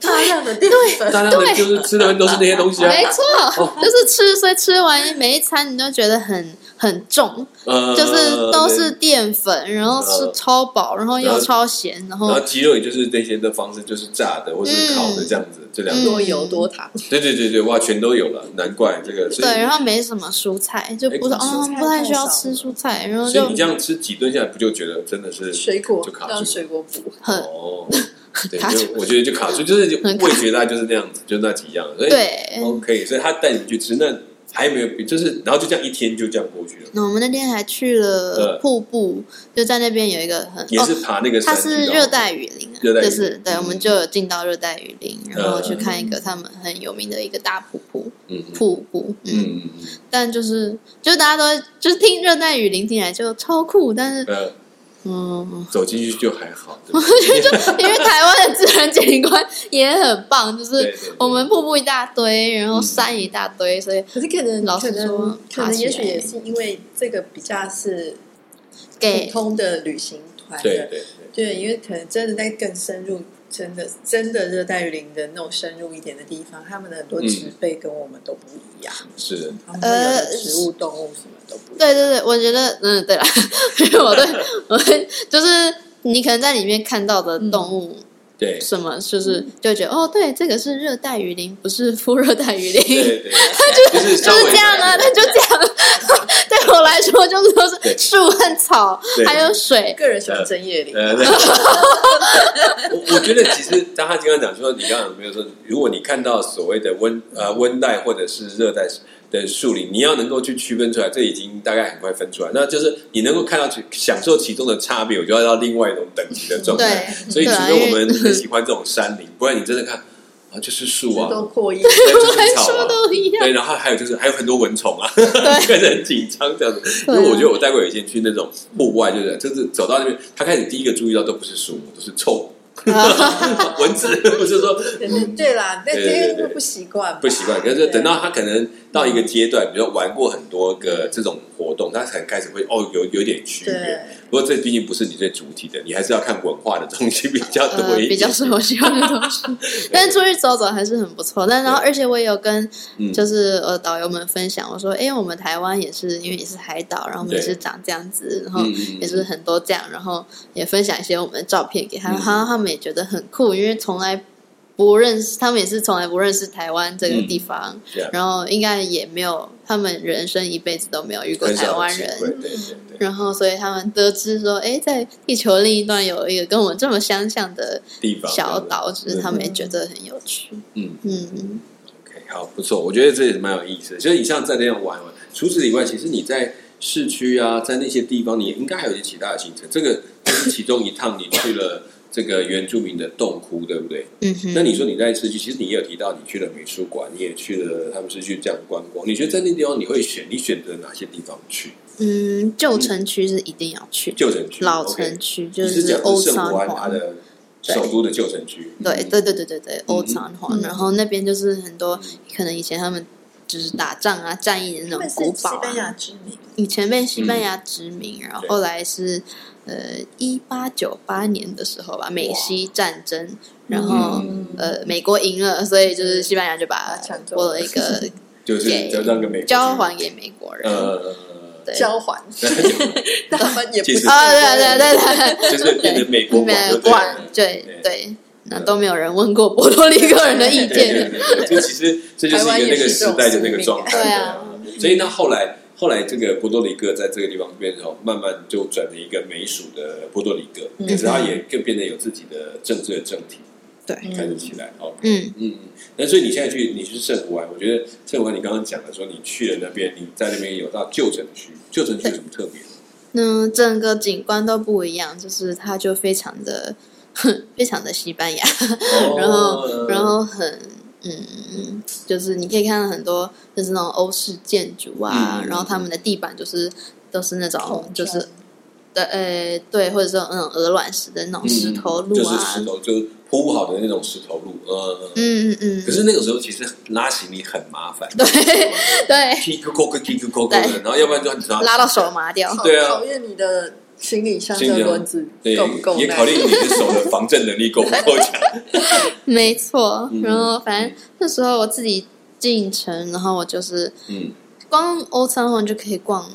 Speaker 2: 大量的淀粉，
Speaker 1: 大家的就是吃的都是那些东西啊。
Speaker 3: 没错，就是吃，所以吃完每一餐你都觉得很很重，
Speaker 1: 呃，
Speaker 3: 就是都是淀粉，然后
Speaker 1: 嗯
Speaker 3: 吃超饱，然后
Speaker 1: 然
Speaker 3: 又
Speaker 1: 后
Speaker 3: 超咸，然
Speaker 1: 对。
Speaker 3: 后
Speaker 1: 然后鸡肉也就是那些的方式，就是炸的或者是烤的这样子，这两
Speaker 3: 嗯
Speaker 1: 种。
Speaker 2: 多油多糖，
Speaker 1: 对对对对，哇，全都有了，难怪这个。所
Speaker 3: 对，
Speaker 1: 以
Speaker 3: 然后没什么蔬菜，就不
Speaker 1: 哎
Speaker 3: 是
Speaker 1: 蔬
Speaker 3: 哦
Speaker 2: 菜，
Speaker 3: 不太需要
Speaker 2: 太少
Speaker 3: 吃
Speaker 2: 了
Speaker 3: 蔬菜，然后
Speaker 1: 所
Speaker 3: 就
Speaker 1: 以你这样吃几顿下来，不就觉得真的是
Speaker 2: 水果
Speaker 1: 就卡住
Speaker 2: 让水果补。
Speaker 3: 很
Speaker 1: 哦，
Speaker 3: *laughs*
Speaker 1: 对，
Speaker 3: 卡
Speaker 1: 就我觉得就卡住，就是
Speaker 3: 很卡
Speaker 1: 味觉大概就是那样子，就那几样。所以
Speaker 3: 对。
Speaker 1: OK，所以他带你去吃，那还有没有，就是然后就这样一天就这样过去了，
Speaker 3: 那我们那天还去了
Speaker 1: 对
Speaker 3: 瀑布，就在那边有一个很
Speaker 1: 也是
Speaker 3: 哦，
Speaker 1: 爬那个
Speaker 3: 它
Speaker 1: 山去的
Speaker 3: 是
Speaker 1: 哦
Speaker 3: 热带雨林啊，
Speaker 1: 热带雨
Speaker 3: 就
Speaker 1: 林
Speaker 3: 是对，
Speaker 1: 嗯
Speaker 3: 我们就有进到热带雨林，然后去
Speaker 1: 嗯
Speaker 3: 看一个他们很有名的一个大瀑布
Speaker 1: 嗯
Speaker 3: 瀑布，嗯，
Speaker 1: 嗯嗯
Speaker 3: 但就是就是大家都就是听热带雨林听起来就超酷，但
Speaker 1: 嗯，
Speaker 3: 是
Speaker 1: 呃，
Speaker 3: 嗯，
Speaker 1: 走进去就还
Speaker 3: *laughs*
Speaker 1: 好，对不
Speaker 3: 因为台湾的自然景观也很棒，就
Speaker 1: 对对
Speaker 3: 是
Speaker 1: 对
Speaker 3: 我们瀑布一大堆，然后山一大堆，所以
Speaker 2: 可是可能
Speaker 3: 老
Speaker 2: 可
Speaker 3: 实说
Speaker 2: 能可
Speaker 3: 爬
Speaker 2: 能
Speaker 3: 起
Speaker 2: 也许
Speaker 3: 来
Speaker 2: 也是因为这个比较是普
Speaker 1: 嗯
Speaker 3: 给
Speaker 2: 通的旅行团
Speaker 1: 对对
Speaker 2: 的，
Speaker 1: 对
Speaker 2: 对，因为可能真的在更深入，真的真的热带雨林的那种深入一点的地方，他们的很多
Speaker 1: 嗯
Speaker 2: 植被跟我们都不一样，
Speaker 1: 对，是的，
Speaker 2: 他们有
Speaker 3: 呃
Speaker 2: 的植物、动物什么都不一样。
Speaker 3: 对对对，我觉得嗯 *laughs* 对了，因为
Speaker 1: *laughs*
Speaker 3: 我对我就是你可能在里面看到的动物。
Speaker 1: 对
Speaker 3: 什么就是就觉得哦，对，这个是热带雨林，不是副热带雨林，
Speaker 1: 对对，就是
Speaker 3: *laughs* 就
Speaker 1: 稍微
Speaker 3: 是这样啊，那就这样。 *laughs* 对我来说，就是都
Speaker 1: 对
Speaker 3: 是树和草
Speaker 1: 对，
Speaker 3: 还有水，
Speaker 2: 个人喜欢针叶林，
Speaker 1: 呃，对我我觉得其实当他刚刚讲说，你刚刚有没有说，如果你看到所谓的温呃温带或者是热带的树林，你要能够去区分出来，这已经大概很快分出来。那就是你能够看到去享受其中的差别，我就要到另外一种等级的状态。
Speaker 3: 对
Speaker 1: 所以，
Speaker 3: 对
Speaker 1: 除
Speaker 3: 啊
Speaker 1: 非我们
Speaker 3: 因为
Speaker 1: 很喜欢这种山林，不然你真的看啊，就是树
Speaker 2: 这
Speaker 1: 啊
Speaker 2: 都，
Speaker 1: *laughs*
Speaker 2: 扩叶。
Speaker 1: 对就
Speaker 3: 来 *laughs*
Speaker 1: 是草
Speaker 3: 说
Speaker 1: 啊。
Speaker 3: 都一样。
Speaker 1: 对，然后还有就是还有很多蚊虫啊， *laughs* 看着很紧张这样子。因
Speaker 3: 对啊
Speaker 1: 为我觉得我带过有一些去那种户外，就是就是走到那边，他开始第一个注意到都不是树木，都是臭
Speaker 3: 啊
Speaker 1: *laughs* 蚊子，我就说
Speaker 2: 对对对啦，但
Speaker 1: 对
Speaker 2: 是
Speaker 1: 对
Speaker 2: 因为
Speaker 1: 对
Speaker 2: 他们不习惯嘛，
Speaker 1: 不习惯。可是等到他可能到一个阶段，比如说玩过很多个这种活动，他才开始会哦有有点区别
Speaker 2: 对。
Speaker 1: 不过这毕竟不是你最主体的，你还是要看文化的东西比较多
Speaker 3: 呃，
Speaker 1: 一点。
Speaker 3: 比较是我喜欢的东
Speaker 1: *laughs*
Speaker 3: 西， *laughs* 但是出去走走还是很不错。但然后，
Speaker 1: 对
Speaker 3: 而且我也有跟
Speaker 1: 嗯
Speaker 3: 就是呃导游们分享，我说，哎，我们台湾也是因为也是海岛，然后我们
Speaker 1: 对
Speaker 3: 也是长这样子，然后
Speaker 1: 嗯嗯嗯
Speaker 3: 也是很多这样，然后也分享一些我们的照片给他
Speaker 1: 嗯
Speaker 3: 们，他他们也觉得很酷，因为从来不认识，他们也是从来不认识台湾这
Speaker 1: 嗯
Speaker 3: 个地方，
Speaker 1: 这样
Speaker 3: 然后应该也没有，他们人生一辈子都没有遇过
Speaker 1: 很
Speaker 3: 台
Speaker 1: 少
Speaker 3: 湾
Speaker 1: 有机
Speaker 3: 人嗯
Speaker 1: 会，对对对。
Speaker 3: 然后所以他们得知说，哎，在地球另一端有一个跟我们这么相像的
Speaker 1: 地方
Speaker 3: 小岛，就是他们也觉得很有趣。
Speaker 1: 嗯
Speaker 3: 嗯，
Speaker 1: OK，好，不错，我觉得这也是蛮有意思的。就是你像在那样玩玩，除此以外，其实你在市区啊，在那些地方，你应该还有一些其他的行程。这个就是其中一趟，你去了这个原住民的洞窟，对不对？
Speaker 3: 嗯哼，
Speaker 1: 那你说你在市区，其实你也有提到，你去了美术馆，你也去了他们是去这样观光。你觉得在那地方，你会选你选择哪些地方去？
Speaker 3: 嗯，旧城区是一定要去
Speaker 1: 嗯
Speaker 3: 的，
Speaker 1: 旧城区、
Speaker 3: 老
Speaker 1: OK
Speaker 3: 城区就
Speaker 1: 你是讲
Speaker 3: 欧
Speaker 1: 圣
Speaker 3: 桑
Speaker 1: 安它
Speaker 3: 华，
Speaker 1: 的
Speaker 3: 对
Speaker 1: 首都的旧城区。
Speaker 3: 对对对对对对
Speaker 1: 嗯
Speaker 3: ，Old Town Hall，、
Speaker 2: 嗯
Speaker 3: 然后那边就是很多可能以前他们就是打仗啊、战役的那
Speaker 2: 他们
Speaker 3: 种
Speaker 2: 是
Speaker 3: 古
Speaker 2: 西
Speaker 3: 堡、
Speaker 2: 班
Speaker 3: 啊，
Speaker 2: 牙殖民，
Speaker 3: 以前被西班牙殖民，然
Speaker 1: 嗯
Speaker 3: 后
Speaker 1: 对
Speaker 3: 后来是呃一八九八年的时候吧，美西战争，然后、
Speaker 2: 嗯
Speaker 3: 呃美国赢了，所以就是西班牙就
Speaker 2: 把
Speaker 3: 把
Speaker 2: 它抢走
Speaker 3: 波了一个
Speaker 1: 就是
Speaker 3: 给
Speaker 1: 就让个美国
Speaker 3: 交还给美国人。
Speaker 1: 呃， *laughs*
Speaker 3: 对
Speaker 2: 交换，但他们也不
Speaker 1: 其实
Speaker 2: 是
Speaker 3: 啊，对对对
Speaker 1: 就是变成美国
Speaker 3: *laughs* 对，美
Speaker 1: 管，
Speaker 3: 国
Speaker 1: 管
Speaker 3: 人对
Speaker 1: 对
Speaker 3: 对，那都没有人问过波多黎各人的 *laughs* 意
Speaker 1: 对对
Speaker 3: 见。
Speaker 1: 对对，就其实这就是一个那个时代的那个状态。
Speaker 3: 对
Speaker 1: 啊
Speaker 3: 啊，
Speaker 1: 所以呢，后来后来这个波多黎各在这个地方变成慢慢就转了一个美属的波多黎各，
Speaker 2: 嗯
Speaker 1: 可是它也更变得有自己的政治的政体
Speaker 2: 嗯
Speaker 1: 开始起来哦。
Speaker 3: 嗯，
Speaker 1: 嗯，那所以你现在去你去圣湖湾，我觉得圣湖湾你刚刚讲的说你去了那边，你在那边有到旧城区，旧城区有什么特别？
Speaker 3: 那整个景观都不一样，就是它就非常的非常的西班牙。 *laughs* 然
Speaker 1: 哦
Speaker 3: 后然后很嗯，就是你可以看到很多就是那种欧式建筑啊，
Speaker 1: 嗯
Speaker 3: 然后他们的地板就是都是那种
Speaker 2: 孔
Speaker 3: 就是
Speaker 2: 砖
Speaker 3: 对呃对，或者说那种鹅卵石的那种石头路
Speaker 1: 嗯就是
Speaker 3: 啊
Speaker 1: 石，头，就是铺好的那种石头路，嗯。
Speaker 3: 嗯嗯嗯，
Speaker 1: 可是那个时候其实拉行李很麻烦，
Speaker 3: 对
Speaker 1: *laughs*
Speaker 3: 对，
Speaker 1: 踢个扣个踢个扣个的，
Speaker 3: 对
Speaker 1: 然后要不然就你知道
Speaker 3: 拉到手麻掉，
Speaker 2: 考
Speaker 1: 对啊
Speaker 2: 考验你的行李箱
Speaker 1: 行李
Speaker 2: 的
Speaker 1: 箱
Speaker 2: 轮子
Speaker 1: 对
Speaker 2: 够不够
Speaker 1: 也
Speaker 2: 耐
Speaker 1: 考虑你的手的防震能力够不够
Speaker 3: *laughs*
Speaker 1: 强。
Speaker 3: 没错
Speaker 1: 嗯。
Speaker 3: 然后反正那时候我自己进城，然后我就是
Speaker 1: 嗯，
Speaker 3: 光欧餐馆就可以逛，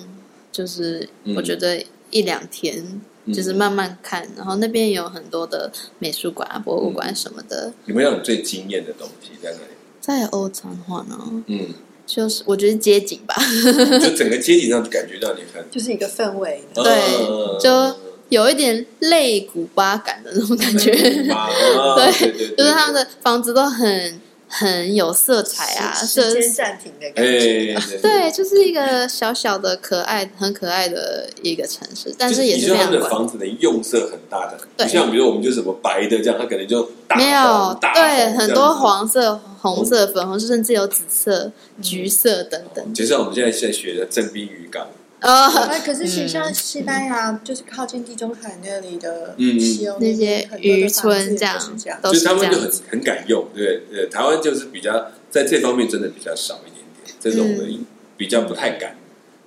Speaker 3: 就是
Speaker 1: 嗯
Speaker 3: 我觉得一两天。
Speaker 1: 嗯
Speaker 3: 就是慢慢看，然后那边有很多的美术馆、啊、博物馆什么的。
Speaker 1: 有没有让你最惊艳的东西在哪里？
Speaker 3: *laughs* 在欧常话呢，
Speaker 1: 嗯，
Speaker 3: 就是我觉得街景吧， *laughs*
Speaker 1: 就整个街景上就感觉到你很
Speaker 2: 就是一个氛围的。
Speaker 1: 嗯
Speaker 3: 就有一点类古巴感的那种感觉， *laughs*
Speaker 1: 啊对对对，
Speaker 3: 就是他们的房子都很很有色彩啊，
Speaker 2: 时
Speaker 3: 是
Speaker 2: 间暂停的感觉，
Speaker 1: 嗯哎，对
Speaker 3: 对，就是一个小小的可爱、很可爱的一个城市，但是也
Speaker 1: 就是是
Speaker 3: 非
Speaker 1: 你说他
Speaker 3: 常
Speaker 1: 们的
Speaker 3: 管。
Speaker 1: 房子的用色很大的，
Speaker 3: 对
Speaker 1: 不像比如我们就什么白的这样，它可能就大
Speaker 3: 没
Speaker 1: 红
Speaker 3: 有，
Speaker 1: 大
Speaker 3: 对，
Speaker 1: 红
Speaker 3: 很
Speaker 1: 这
Speaker 3: 多
Speaker 1: 样子嗯
Speaker 3: 黄色、红色、粉红色，甚至有紫色、橘色等等。
Speaker 1: 就像我们现在在学的征兵渔港，嗯
Speaker 3: 呃，
Speaker 2: 哎，可是其实像西班牙，就是靠近地中海那里的
Speaker 1: 嗯
Speaker 2: 西欧
Speaker 3: 那些渔村
Speaker 2: 这
Speaker 3: 这样
Speaker 2: 这样，
Speaker 3: 都
Speaker 1: 就是是他
Speaker 3: 这
Speaker 1: 们
Speaker 3: 样
Speaker 1: 就很
Speaker 3: 子。
Speaker 1: 很敢用，对对，台湾就是比较在这方面真的比较少一点点，这
Speaker 2: 嗯
Speaker 1: 种的比较不太敢，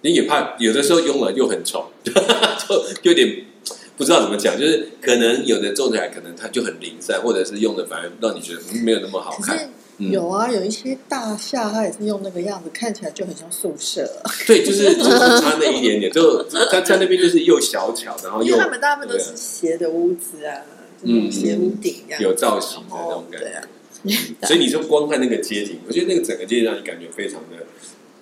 Speaker 1: 你也怕有的时候用了又很丑， *laughs* 就有点不知道怎么讲，就是可能有的种起来可能它就很零散，或者是用的反而让你觉得嗯没有那么好
Speaker 2: 可
Speaker 1: 看。
Speaker 2: 是
Speaker 1: 嗯
Speaker 2: 有啊，有一些大厦它也是用那个样子，看起来就很像宿舍，
Speaker 1: 对，就是就是差那一点点，就在在那边就是又小巧，然后
Speaker 2: 因
Speaker 1: 又
Speaker 2: 为他们大部分都是斜的屋子啊，就
Speaker 1: 嗯
Speaker 2: 是斜屋顶啊，
Speaker 1: 有造型的
Speaker 2: 然
Speaker 1: 那种
Speaker 2: 后
Speaker 1: 感
Speaker 2: 对
Speaker 1: 觉。
Speaker 2: 啊，
Speaker 1: 所以你就光看那个街景，我觉得那个整个街景让你感觉非常的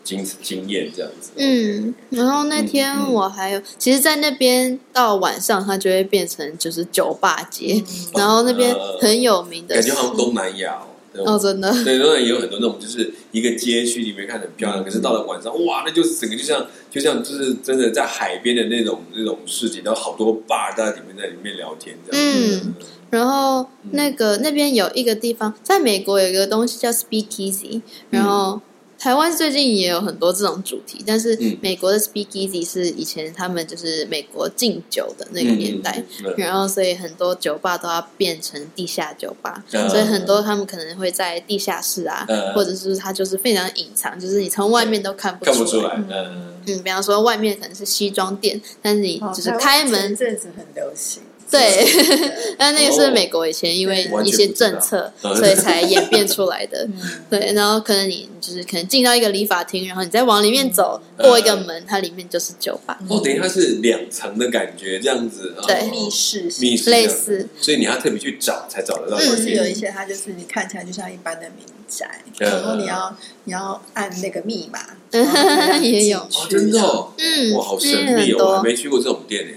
Speaker 1: 惊惊艳，这样子。
Speaker 3: 嗯，然后那天
Speaker 1: 嗯嗯
Speaker 3: 我还有，其实，在那边到晚上，它就会变成就是酒吧街，
Speaker 2: 嗯
Speaker 3: 然后那边很有名的
Speaker 1: 呃感
Speaker 3: 是
Speaker 1: 觉好像东南亚哦。对
Speaker 3: 哦，真的，
Speaker 1: 对，当然也有很多那种，就是一个街区里面看得很
Speaker 3: 嗯
Speaker 1: 漂亮，可是到了晚上，哇，那就是整个就像就像就是真的在海边的那种那种市集，然后好多吧在里面在里面聊天这样。
Speaker 3: 嗯。然后那个那边有一个地方，在美国有一个东西叫
Speaker 1: 嗯
Speaker 3: Speakeasy，然后台湾最近也有很多这种主题，但是
Speaker 1: 嗯
Speaker 3: 美国的 Speakeasy 是以前他们就是美国禁酒的那个年代，
Speaker 1: 嗯，嗯
Speaker 3: 然后所以很多酒吧都要变成地下酒吧，
Speaker 1: 嗯
Speaker 3: 所以很多他们可能会在地下室啊，
Speaker 1: 嗯
Speaker 3: 或者是它就是非常隐藏，就是你从外面都看不
Speaker 1: 看不出
Speaker 3: 来。
Speaker 1: 来，嗯，
Speaker 3: 嗯，比方说外面可能是西装店，但是你就是
Speaker 2: 哦
Speaker 3: 开
Speaker 2: 前
Speaker 3: 门，
Speaker 2: 阵子很流行，
Speaker 1: *laughs*
Speaker 3: 对， *laughs* 但那个
Speaker 1: 哦
Speaker 3: 是美国以前因为
Speaker 2: 对
Speaker 1: 完
Speaker 3: 一
Speaker 1: 全
Speaker 3: 些
Speaker 1: 不知道
Speaker 3: 政策，
Speaker 1: 嗯
Speaker 3: *laughs* 所以才演变出来的。
Speaker 2: 嗯，
Speaker 3: *laughs* 对，然后可能你就是可能进到一个理发厅，然后你再往里面走，过一个
Speaker 1: 嗯
Speaker 3: 门，它里面就是酒吧，
Speaker 1: 哦，等于它是两层的感觉这样子，哦
Speaker 3: 对
Speaker 2: 密室型
Speaker 1: 密室
Speaker 3: 类
Speaker 1: 这样子
Speaker 3: 似，
Speaker 1: 所以你要特别去找才找得到。
Speaker 2: 或
Speaker 3: 嗯
Speaker 2: 是有一些它就是你看起来就像一般的民宅，
Speaker 1: 嗯
Speaker 2: 然后你要你要按那个密
Speaker 3: *laughs*
Speaker 2: 码，
Speaker 3: 嗯
Speaker 2: 然后才能
Speaker 3: 也有
Speaker 2: 进
Speaker 1: 哦，
Speaker 2: 去
Speaker 1: 真的、哦，
Speaker 3: 嗯
Speaker 1: 哇，好
Speaker 3: 嗯
Speaker 1: 神秘哦，
Speaker 3: 很
Speaker 1: 我还
Speaker 3: 多，
Speaker 1: 没去过这种店呢，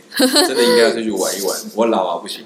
Speaker 1: 真的应该要再去玩一玩。我老啊，不
Speaker 3: *laughs*
Speaker 1: 行，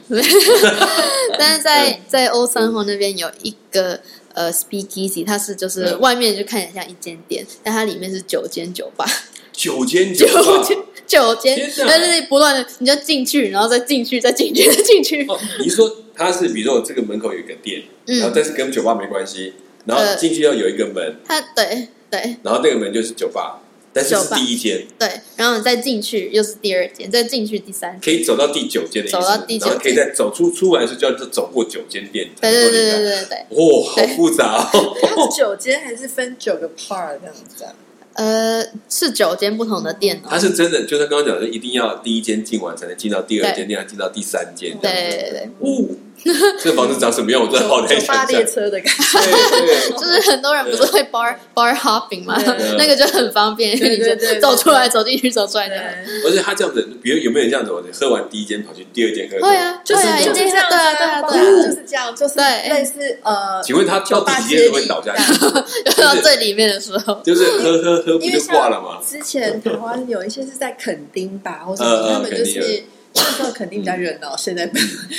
Speaker 3: 但是
Speaker 1: 嗯
Speaker 3: 在在欧三号那边有一个呃 speakeasy，它是就是
Speaker 1: 嗯
Speaker 3: 外面就看起来像一间店，但它里面是九间酒吧，
Speaker 1: 九间
Speaker 3: 九
Speaker 1: 酒吧。
Speaker 3: 间九间
Speaker 1: 天，哪
Speaker 3: 但是不断的你就进去，然后再进去，再进去，再进去，
Speaker 1: 哦，你是说它是比如说这个门口有一个店，然后
Speaker 3: 嗯，呃
Speaker 1: 但是跟酒吧没关系，然后进去要有一个门，
Speaker 3: 它对对
Speaker 1: 然后那个门就是酒吧，但是
Speaker 3: 酒
Speaker 1: 是
Speaker 3: 吧
Speaker 1: 第一间，
Speaker 3: 对，然后你再进去又是第二间，再进去第三
Speaker 1: 可
Speaker 3: 间，
Speaker 1: 以走到第九间的意思，
Speaker 3: 走到第九间
Speaker 1: 然后可以再走出出来的时候就要走过九间店，
Speaker 3: 对对
Speaker 1: 才
Speaker 3: 对
Speaker 1: 能
Speaker 3: 对
Speaker 1: 够离
Speaker 3: 对对，
Speaker 1: 开，哇，好复杂哦， *laughs*
Speaker 2: 它九间还是分九个 part 这样子啊？
Speaker 3: 呃，是九间不同的店哦
Speaker 1: 它，是真的，就像刚刚讲的，一定要第一间进完才能进到第二间，第二进到第三间，这
Speaker 3: 对
Speaker 1: 样
Speaker 3: 对对对，
Speaker 1: 哦，这房子长什么样，我真的好难
Speaker 2: 酒
Speaker 3: *laughs*
Speaker 2: 酒
Speaker 1: 想
Speaker 2: 吧
Speaker 1: 象。
Speaker 2: 列车的感觉，
Speaker 1: 对对
Speaker 3: 就是很多人不是会 bar bar hopping 吗
Speaker 2: 对？
Speaker 3: 那个就很方便，因
Speaker 2: 对
Speaker 3: 为
Speaker 2: 对对
Speaker 3: 你
Speaker 2: 对
Speaker 3: 就走出来走进去走出来的。
Speaker 2: 对
Speaker 1: 而且他这样子，比如有没有人这样子，喝完第一间跑去第二间喝？
Speaker 3: 会啊，
Speaker 2: 就是
Speaker 3: 会啊，一
Speaker 2: 就是
Speaker 3: 定
Speaker 2: 这样子
Speaker 3: 对啊，对啊，
Speaker 2: 包
Speaker 3: 对
Speaker 2: 含
Speaker 3: 啊，
Speaker 2: 就是这样，就是
Speaker 3: 对
Speaker 2: 类似呃，
Speaker 1: 请问他到第几间会倒下去？ *laughs*
Speaker 3: 就到最里面的时候，
Speaker 1: 就是喝喝喝不
Speaker 2: 因
Speaker 1: 就
Speaker 2: 为
Speaker 1: 挂了
Speaker 2: 像
Speaker 1: 吗？
Speaker 2: 之前台湾有一些是在垦丁吧，或者
Speaker 1: 嗯嗯
Speaker 2: 他们就
Speaker 1: 垦丁
Speaker 2: 是。那时候肯定比较热闹，现在不。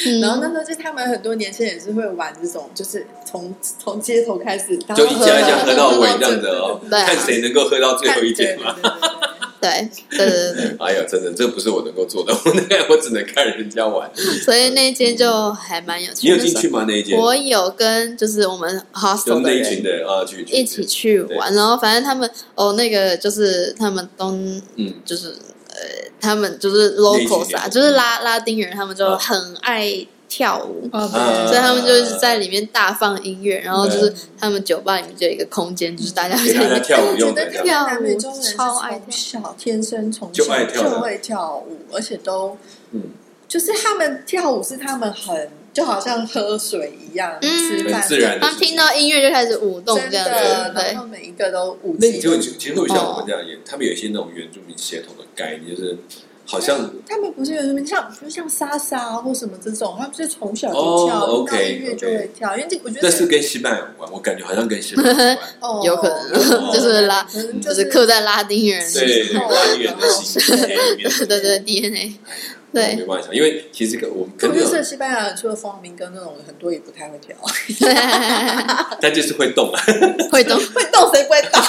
Speaker 3: 嗯
Speaker 2: 然后那时候就是他们很多年轻人也是会玩这种，就是从从街头开始，然后
Speaker 1: 就一家一家喝到尾这样子哦，
Speaker 2: 对
Speaker 3: 对啊
Speaker 1: 看谁能够喝到最
Speaker 2: 对
Speaker 1: 后一
Speaker 2: 对
Speaker 1: 间
Speaker 2: 对
Speaker 1: 嘛。
Speaker 2: 对对对
Speaker 3: 对对对对
Speaker 1: 哎呀，真的，这不是我能够做的，我那个我只能看人家
Speaker 3: *laughs*
Speaker 1: 玩。
Speaker 3: 对，所以那间就还蛮有趣
Speaker 1: 你
Speaker 3: 的。
Speaker 1: 有进去吗？那一间？
Speaker 3: 我有跟就是我们
Speaker 1: 就
Speaker 3: hostel 的
Speaker 1: 那一群
Speaker 3: 人
Speaker 1: 的人啊，去去
Speaker 3: 一起去玩，然后反正他们哦，那个就是他们东
Speaker 1: 嗯，
Speaker 3: 就是呃，他们就
Speaker 1: 一
Speaker 3: 是
Speaker 1: 群
Speaker 3: locals 啊，
Speaker 1: 人
Speaker 3: 就是拉拉丁人，他们就
Speaker 1: 啊
Speaker 3: 很爱跳舞。
Speaker 2: 哦
Speaker 1: 啊
Speaker 3: 所以他们就是在里面大放音乐，然后
Speaker 1: 嗯
Speaker 3: 就是
Speaker 2: 对
Speaker 3: 他们酒吧里面就有一个空间，就是大家
Speaker 1: 给
Speaker 3: 在
Speaker 1: 大
Speaker 3: 那
Speaker 1: 家
Speaker 3: 边
Speaker 1: 跳舞
Speaker 2: 我觉
Speaker 1: 用的
Speaker 2: 得
Speaker 1: 这
Speaker 2: 那
Speaker 1: 样
Speaker 2: 个
Speaker 1: 子。
Speaker 2: 南美洲人是
Speaker 3: 超爱
Speaker 2: 从小天生从
Speaker 1: 就爱
Speaker 2: 小
Speaker 1: 跳的
Speaker 2: 就会跳舞，而且都
Speaker 1: 嗯，
Speaker 2: 就是他们跳舞是他们很就好像喝水一样，
Speaker 3: 嗯
Speaker 2: 吃饭
Speaker 1: 很自然
Speaker 3: *laughs* 他们听到音乐就开始舞动
Speaker 2: 真
Speaker 3: 这样
Speaker 2: 的
Speaker 3: 子，，对
Speaker 2: 然后每一个都舞
Speaker 1: 那你
Speaker 2: 技
Speaker 1: 就
Speaker 2: 都。
Speaker 1: 其实会像我们这样演，他们有一些那种原住民协同的概念，就是好像
Speaker 3: 嗯
Speaker 2: 他们不是原住民，像就像莎莎或什么这种，他们是从小
Speaker 1: 哦
Speaker 2: 就跳，听到
Speaker 1: OK，
Speaker 2: 音乐就会跳。因为这我觉
Speaker 1: 那
Speaker 2: 得
Speaker 1: 是跟西班牙有关，我感觉好像跟西班牙有
Speaker 3: *laughs*
Speaker 1: 关。
Speaker 2: 哦，
Speaker 3: 有可能就是拉，
Speaker 2: 可能
Speaker 3: 就
Speaker 2: 就是
Speaker 3: 刻在拉丁人
Speaker 1: 对，拉远的心结里面，
Speaker 3: 对对 DNA，
Speaker 1: 没
Speaker 3: *laughs* 对
Speaker 1: 办法想，因为其实我们可
Speaker 2: 可能
Speaker 1: 能有
Speaker 2: 就是西班牙人除了风鸣跟那种很多也不太会跳，
Speaker 1: 但就是会动啊，
Speaker 3: 会动
Speaker 2: *laughs* 会动谁不会动？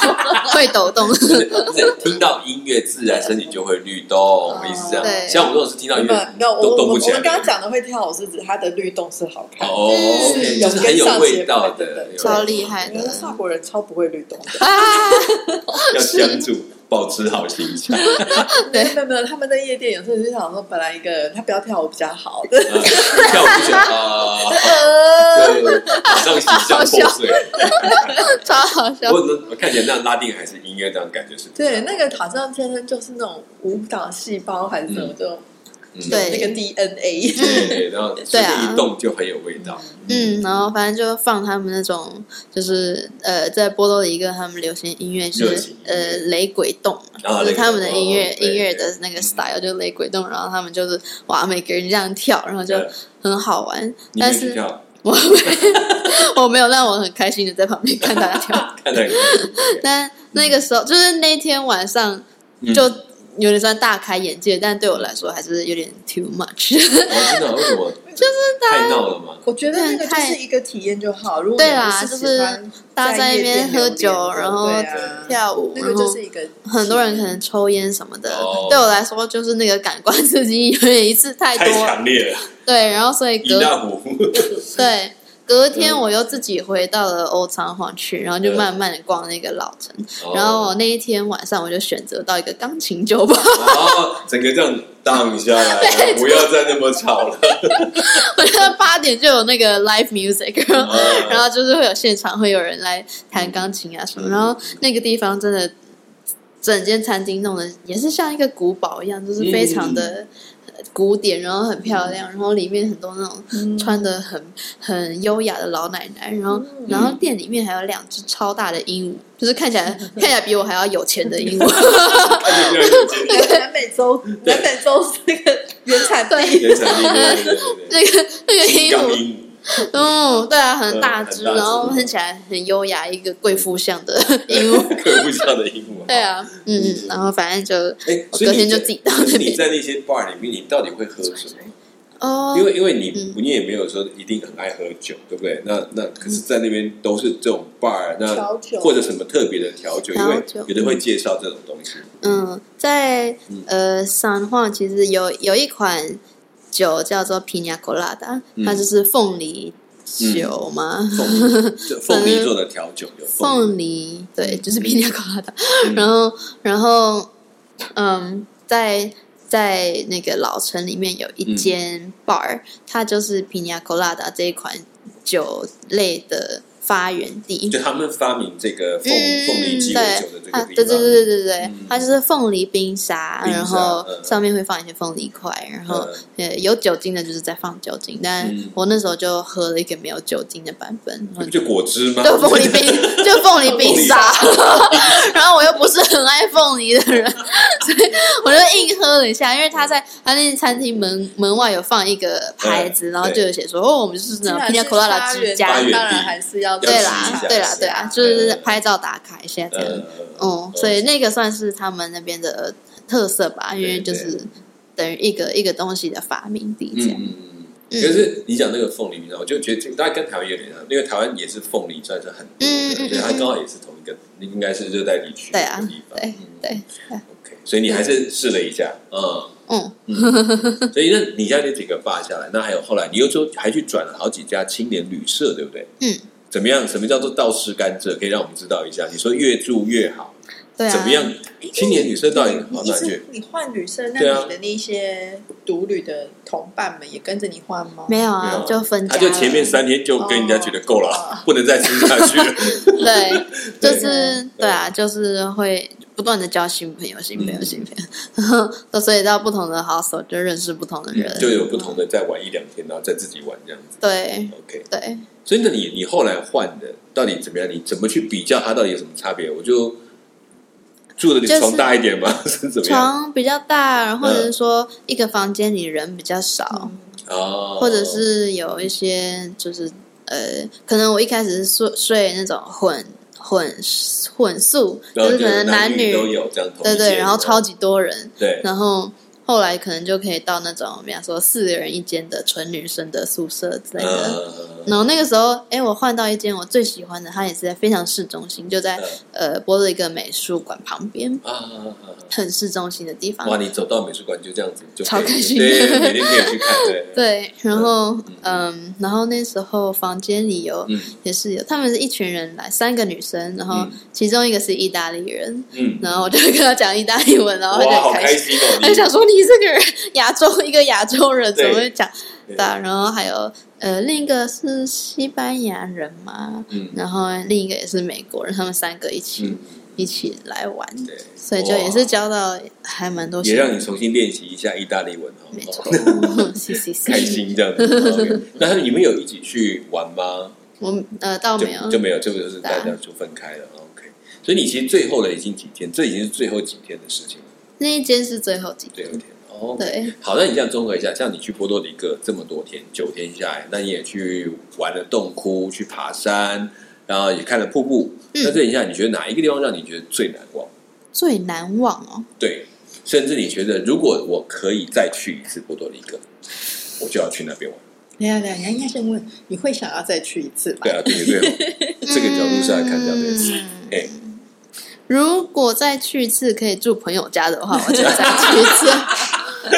Speaker 3: 会抖动，
Speaker 1: 就是听到音乐自然身体就会律动，我们意思这样。
Speaker 3: 对
Speaker 1: 像我们这种是听到音乐
Speaker 2: 没有，我
Speaker 1: 都
Speaker 2: 我
Speaker 1: 动
Speaker 2: 我
Speaker 1: 不
Speaker 2: 们
Speaker 1: 起来的，
Speaker 2: 刚刚讲的会跳舞是指它的律动是好看的，
Speaker 1: 哦，OK，
Speaker 3: 嗯
Speaker 1: 就是很有味道
Speaker 2: 有
Speaker 1: 的
Speaker 2: 跟上节，拍
Speaker 3: 超厉
Speaker 1: 哎
Speaker 3: 害
Speaker 2: 因为
Speaker 3: 的 *laughs*
Speaker 2: 法国人超不会律动 *laughs* 的，
Speaker 3: 啊！
Speaker 1: 要相助，保持好形象。
Speaker 2: 没有没有没有，他们在夜店有时候就想说，本来一个人他不要跳舞比较好，对
Speaker 1: 啊跳舞起来啊，对对对马上形象破碎。
Speaker 3: 超好笑
Speaker 1: 我。我看起来那拉丁还是音乐这样感觉是比较好
Speaker 2: *laughs* 对，那个好像天生就是那种舞蹈细胞还是什么
Speaker 1: 嗯
Speaker 2: 这种
Speaker 1: 嗯
Speaker 3: 对
Speaker 2: 那个 DNA，
Speaker 1: 对对，然后随
Speaker 3: 对啊
Speaker 1: 便一动就很有味道。
Speaker 3: 嗯，然后反正就放他们那种，就是呃，在波多黎各他们流行音乐
Speaker 1: 热
Speaker 3: 是
Speaker 1: 情音乐
Speaker 3: 呃雷鬼动
Speaker 1: 啊
Speaker 3: 嘛，就是他们的音
Speaker 1: 雷
Speaker 3: 乐
Speaker 1: 鬼动
Speaker 3: 音乐
Speaker 1: 对
Speaker 3: 的那个 style 就是雷鬼动，然后他们就是哇，每个人这样跳，然后就
Speaker 1: 对
Speaker 3: 很好玩。
Speaker 1: 你
Speaker 3: 但
Speaker 1: 们去
Speaker 3: 是
Speaker 1: 跳，
Speaker 3: *laughs* 我没有让我很开心的在旁边看大家跳，
Speaker 1: 看看
Speaker 3: 但那个时候就是那天晚上
Speaker 1: 嗯
Speaker 3: 就有点算大开眼界，但对我来说还是有点 too much。
Speaker 1: *laughs* 我真的为什么？就是太闹了嘛。
Speaker 2: *laughs* 我觉得那个就
Speaker 3: 对太
Speaker 2: 是一个体验就好。如果
Speaker 3: 对
Speaker 2: 你
Speaker 3: 啦
Speaker 2: 不
Speaker 3: 就是
Speaker 2: 喜欢
Speaker 3: 大家在那
Speaker 2: 夜
Speaker 3: 边
Speaker 2: 店
Speaker 3: 喝
Speaker 2: 流连
Speaker 3: 酒
Speaker 2: 的
Speaker 3: 然后
Speaker 2: 对啊
Speaker 3: 跳舞，
Speaker 2: 那
Speaker 3: 然
Speaker 2: 个
Speaker 3: 后
Speaker 2: 就是一个
Speaker 3: 很多人可能抽烟什么的，
Speaker 1: 哦
Speaker 3: 对我来说就是那个感官刺激有点一次太
Speaker 1: 太
Speaker 3: 多，
Speaker 1: 强烈了，
Speaker 3: 对，然后所以
Speaker 1: 一
Speaker 3: 隔
Speaker 1: 塌糊涂。
Speaker 3: 对隔天
Speaker 1: 嗯
Speaker 3: 我又自己回到了欧仓皇去，然后就
Speaker 1: 嗯哦
Speaker 3: 慢慢的逛那个老城，然后我那一天晚上我就选择到一个钢琴酒吧，
Speaker 1: 然后哦整个这样荡下
Speaker 3: *laughs*
Speaker 1: 来，不要再那么吵了。
Speaker 3: 我觉得八点就有那个 live music，然后
Speaker 1: 哦
Speaker 3: *laughs* 然后就是会有现场会有人来弹钢琴啊什么，
Speaker 1: 嗯
Speaker 3: 然后那个地方真的整间餐厅弄的也是像一个古堡一样，就是
Speaker 1: 嗯
Speaker 3: 非常的呃古典，然后很漂亮，然后里面很多那种
Speaker 2: 嗯
Speaker 3: 穿的很很优雅的老奶奶，然后
Speaker 2: 嗯
Speaker 3: 然后店里面还有两只超大的鹦鹉，就是看起来
Speaker 1: 嗯
Speaker 3: *laughs* 看起来比我还要有钱的鹦
Speaker 1: *laughs*
Speaker 3: 鹉，
Speaker 1: 看着这样子
Speaker 2: 嗯南美洲，南美洲那个原产
Speaker 3: *laughs*
Speaker 2: 地，
Speaker 1: 眼神里面，对对对
Speaker 3: 那个那个鹦鹉
Speaker 1: 钢音，
Speaker 3: 嗯，对啊，很
Speaker 1: 嗯
Speaker 3: 大
Speaker 1: 很
Speaker 3: 只，
Speaker 1: 大只
Speaker 3: 然后看起来很优雅，一个贵妇像
Speaker 1: *laughs*
Speaker 3: 的鹦鹉。
Speaker 1: 客户笑的鹦鹉。
Speaker 3: 对啊，嗯，嗯，然后反正就
Speaker 1: 哎，
Speaker 3: 我
Speaker 1: 所以
Speaker 3: 隔
Speaker 1: 你
Speaker 3: 天就
Speaker 1: 在
Speaker 3: 自己到
Speaker 1: 可是
Speaker 3: 那
Speaker 1: 你
Speaker 3: 边。
Speaker 1: 在那些 bar 里面，你到底会喝什么？
Speaker 3: 哦
Speaker 1: 因，为因为你
Speaker 3: 嗯
Speaker 1: 你也没有说一定很爱喝酒，对不对？那那可是，在那边都是这种 bar，
Speaker 2: 调
Speaker 1: 那
Speaker 2: 酒
Speaker 1: 啊或者什么特别的调酒，因为
Speaker 3: 调酒
Speaker 1: 有的会介绍这种东西。
Speaker 3: 嗯，在
Speaker 1: 嗯
Speaker 3: 呃三化其实有有一款酒叫做皮尼亚 colada，
Speaker 1: 嗯
Speaker 3: 它就是凤梨酒吗？
Speaker 1: 凤梨就凤梨做的调酒有梨
Speaker 3: 凤梨，对，就是比利口拉的。
Speaker 1: 嗯
Speaker 3: 然后，然后，嗯，在在那个老城里面有一间
Speaker 1: 嗯
Speaker 3: bar，、它就是 Pina Colada 这一款酒类的发源地。
Speaker 1: 就他们发明这个凤
Speaker 3: 嗯
Speaker 1: 凤梨鸡尾酒的这个地
Speaker 3: 啊，
Speaker 1: 方，
Speaker 3: 对对对对对对，
Speaker 1: 嗯
Speaker 3: 它就是凤梨冰沙，
Speaker 1: 冰沙
Speaker 3: 然后
Speaker 1: 嗯
Speaker 3: 上面会放一些凤梨块，然后、
Speaker 1: 嗯
Speaker 3: 呃有酒精的就是在放酒精，但
Speaker 1: 嗯
Speaker 3: 我那时候就喝了一个没有酒精的版本，然后
Speaker 1: 不就果汁吗？
Speaker 3: 就凤梨冰，就凤梨冰沙。然后我又不是很爱凤梨的人，所以我就硬喝了一下，因为他在他那餐厅门门外有放一个
Speaker 1: 嗯
Speaker 3: 牌子，然后就有写说哦，我们就是那种 pina colada 之
Speaker 1: 发
Speaker 3: 家
Speaker 1: 源。地
Speaker 2: 当然还是要
Speaker 3: 对
Speaker 1: 要吃一
Speaker 3: 啦
Speaker 1: 下，
Speaker 3: 对
Speaker 2: 啊
Speaker 3: 啦，对啦，就是拍照打卡一下这样。
Speaker 1: 嗯，
Speaker 3: 哦，所以那个算是他们那边的特色吧，因为
Speaker 1: 对
Speaker 3: 就
Speaker 1: 对
Speaker 3: 是等于一个一个东西的发明地这样。
Speaker 1: 嗯嗯嗯嗯。可是你讲那个凤梨冰沙，我就觉得这大概跟台湾有点像，因为台湾也是凤梨算是很多
Speaker 3: 嗯嗯
Speaker 1: 的，
Speaker 3: 嗯
Speaker 1: 对，它
Speaker 3: 嗯
Speaker 1: 刚好也是同一个，应该是热带地区
Speaker 3: 对啊
Speaker 1: 的地方，
Speaker 3: 对
Speaker 1: 嗯
Speaker 3: 对对，
Speaker 1: OK，所以你还是试了一下，
Speaker 3: *laughs*
Speaker 1: 嗯。
Speaker 3: 嗯，
Speaker 1: 嗯所以那你现在这几个爸下来，那还有后来你又说还去转了好几家青年旅社，对不对？
Speaker 3: 嗯，
Speaker 1: 怎么样？什么叫做倒吃甘蔗？可以让我们知道一下。你说越住越好，
Speaker 3: 对啊。
Speaker 1: 怎么样？青年旅社到底好
Speaker 2: 你一
Speaker 1: 哪
Speaker 2: 直
Speaker 1: 去？
Speaker 2: 你换旅社，那
Speaker 1: 对啊
Speaker 2: 你的那些独旅的同伴们也跟着你换吗？
Speaker 3: 没
Speaker 1: 没
Speaker 3: 有
Speaker 1: 有啊
Speaker 3: 啊，就分家
Speaker 1: 他
Speaker 3: 了。
Speaker 1: 就前面三天就跟人家觉得够了，*laughs*
Speaker 2: 哦
Speaker 1: 不能再吃下去了。
Speaker 3: *laughs*
Speaker 1: *laughs*
Speaker 3: 对，就
Speaker 1: 对
Speaker 3: 是
Speaker 1: 对
Speaker 3: 对啊，就是会不断的交新朋友、新朋友、新朋友，然后都 *laughs* 所以到不同的 hostel 就认识不同的人。
Speaker 1: 嗯就有不同的再玩一两天，然后再自己玩这样子。
Speaker 3: 对
Speaker 1: OK，
Speaker 3: 对，
Speaker 1: 所以那你你后来换的到底怎么样？你怎么去比较它到底有什么差别？我就住的
Speaker 3: 就是
Speaker 1: 床大一点吗？ *laughs* 是怎么样？嗯
Speaker 3: 床比较大，或者是说一个房间里人比较少，
Speaker 2: 嗯，
Speaker 1: 哦，
Speaker 3: 或者是有一些就是呃，可能我一开始是睡睡那种混混混宿，
Speaker 1: 然
Speaker 3: 就
Speaker 1: 后
Speaker 3: 是可能
Speaker 1: 男
Speaker 3: 女
Speaker 1: 都有这样同一
Speaker 3: 对对，
Speaker 1: 间
Speaker 3: 然后
Speaker 1: 的
Speaker 3: 超级多人，
Speaker 1: 对
Speaker 3: 然后后来可能就可以到那种，比方说四个人一间的纯女生的宿舍之类的。
Speaker 1: 呃
Speaker 3: 然后那个时候，哎，我换到一间我最喜欢的，它也是在非常市中心，就
Speaker 1: 嗯
Speaker 3: 在呃波多一个美术馆旁边，
Speaker 1: 啊啊啊
Speaker 3: 很市中心的地
Speaker 1: 啊！
Speaker 3: 方。
Speaker 1: 哇，你走到美术馆就这样子，就可以
Speaker 3: 超开心
Speaker 1: 对，每天可以去看，对
Speaker 3: *laughs* 对，然后
Speaker 1: 嗯
Speaker 3: 嗯，然后那时候房间里有
Speaker 1: 嗯
Speaker 3: 也是有，他们是一群人来，三个女生，然后
Speaker 1: 嗯
Speaker 3: 其中一个是意大利人，
Speaker 1: 嗯，
Speaker 3: 然后我就跟他讲意大利文，然后他就
Speaker 1: 哇，好
Speaker 3: 很开
Speaker 1: 开
Speaker 3: 心。
Speaker 1: 心哦！ *laughs*
Speaker 3: 他就想说你这个人亚洲一个亚洲人怎
Speaker 1: 对
Speaker 3: 么会讲
Speaker 1: 对
Speaker 3: 的啊？然后还有呃另一个是西班牙人嘛，
Speaker 1: 嗯
Speaker 3: 然后另一个也是美国人，他们三个一起、
Speaker 1: 嗯，
Speaker 3: 一起来玩，
Speaker 1: 对，
Speaker 3: 所以就也是
Speaker 1: 哇
Speaker 3: 交到还蛮多
Speaker 1: 也
Speaker 3: 新的。
Speaker 1: 让你重新练习一下意大利文哦，
Speaker 3: 没错
Speaker 1: 哦，
Speaker 3: 嗯是是是
Speaker 1: *laughs* 开。心这样子。OK 哦那他们你们有一起去玩吗？
Speaker 3: *laughs* 我呃倒没有
Speaker 1: 就就，没有，这个就是大
Speaker 3: 对
Speaker 1: 家就分开了。OK，所哦以你其实最后的已经几天，这已经是最后几天的事情了，
Speaker 3: 那一间是最后几
Speaker 1: 最
Speaker 3: 天
Speaker 1: 后一。天。哦，
Speaker 3: 对，
Speaker 1: 好，那你这样综合一下，像你去波多黎各这么多天，九天下来，那你也去玩了洞窟，去爬山，然后也看了瀑布。
Speaker 3: 嗯
Speaker 1: 那这一下，你觉得哪一个地方让你觉得最难忘？
Speaker 3: 最难忘哦，
Speaker 1: 对，甚至你觉得如果我可以再去一次波多黎各，我就要去那边玩。
Speaker 2: 等一下等一下，应该先问啊你会想要再去一次吧
Speaker 1: *laughs* 对？啊，对对对，这个角度上来看，这样对。
Speaker 3: 嗯
Speaker 1: 哎，
Speaker 3: 如果再去一次，可以住朋友家的话，我就再去一次。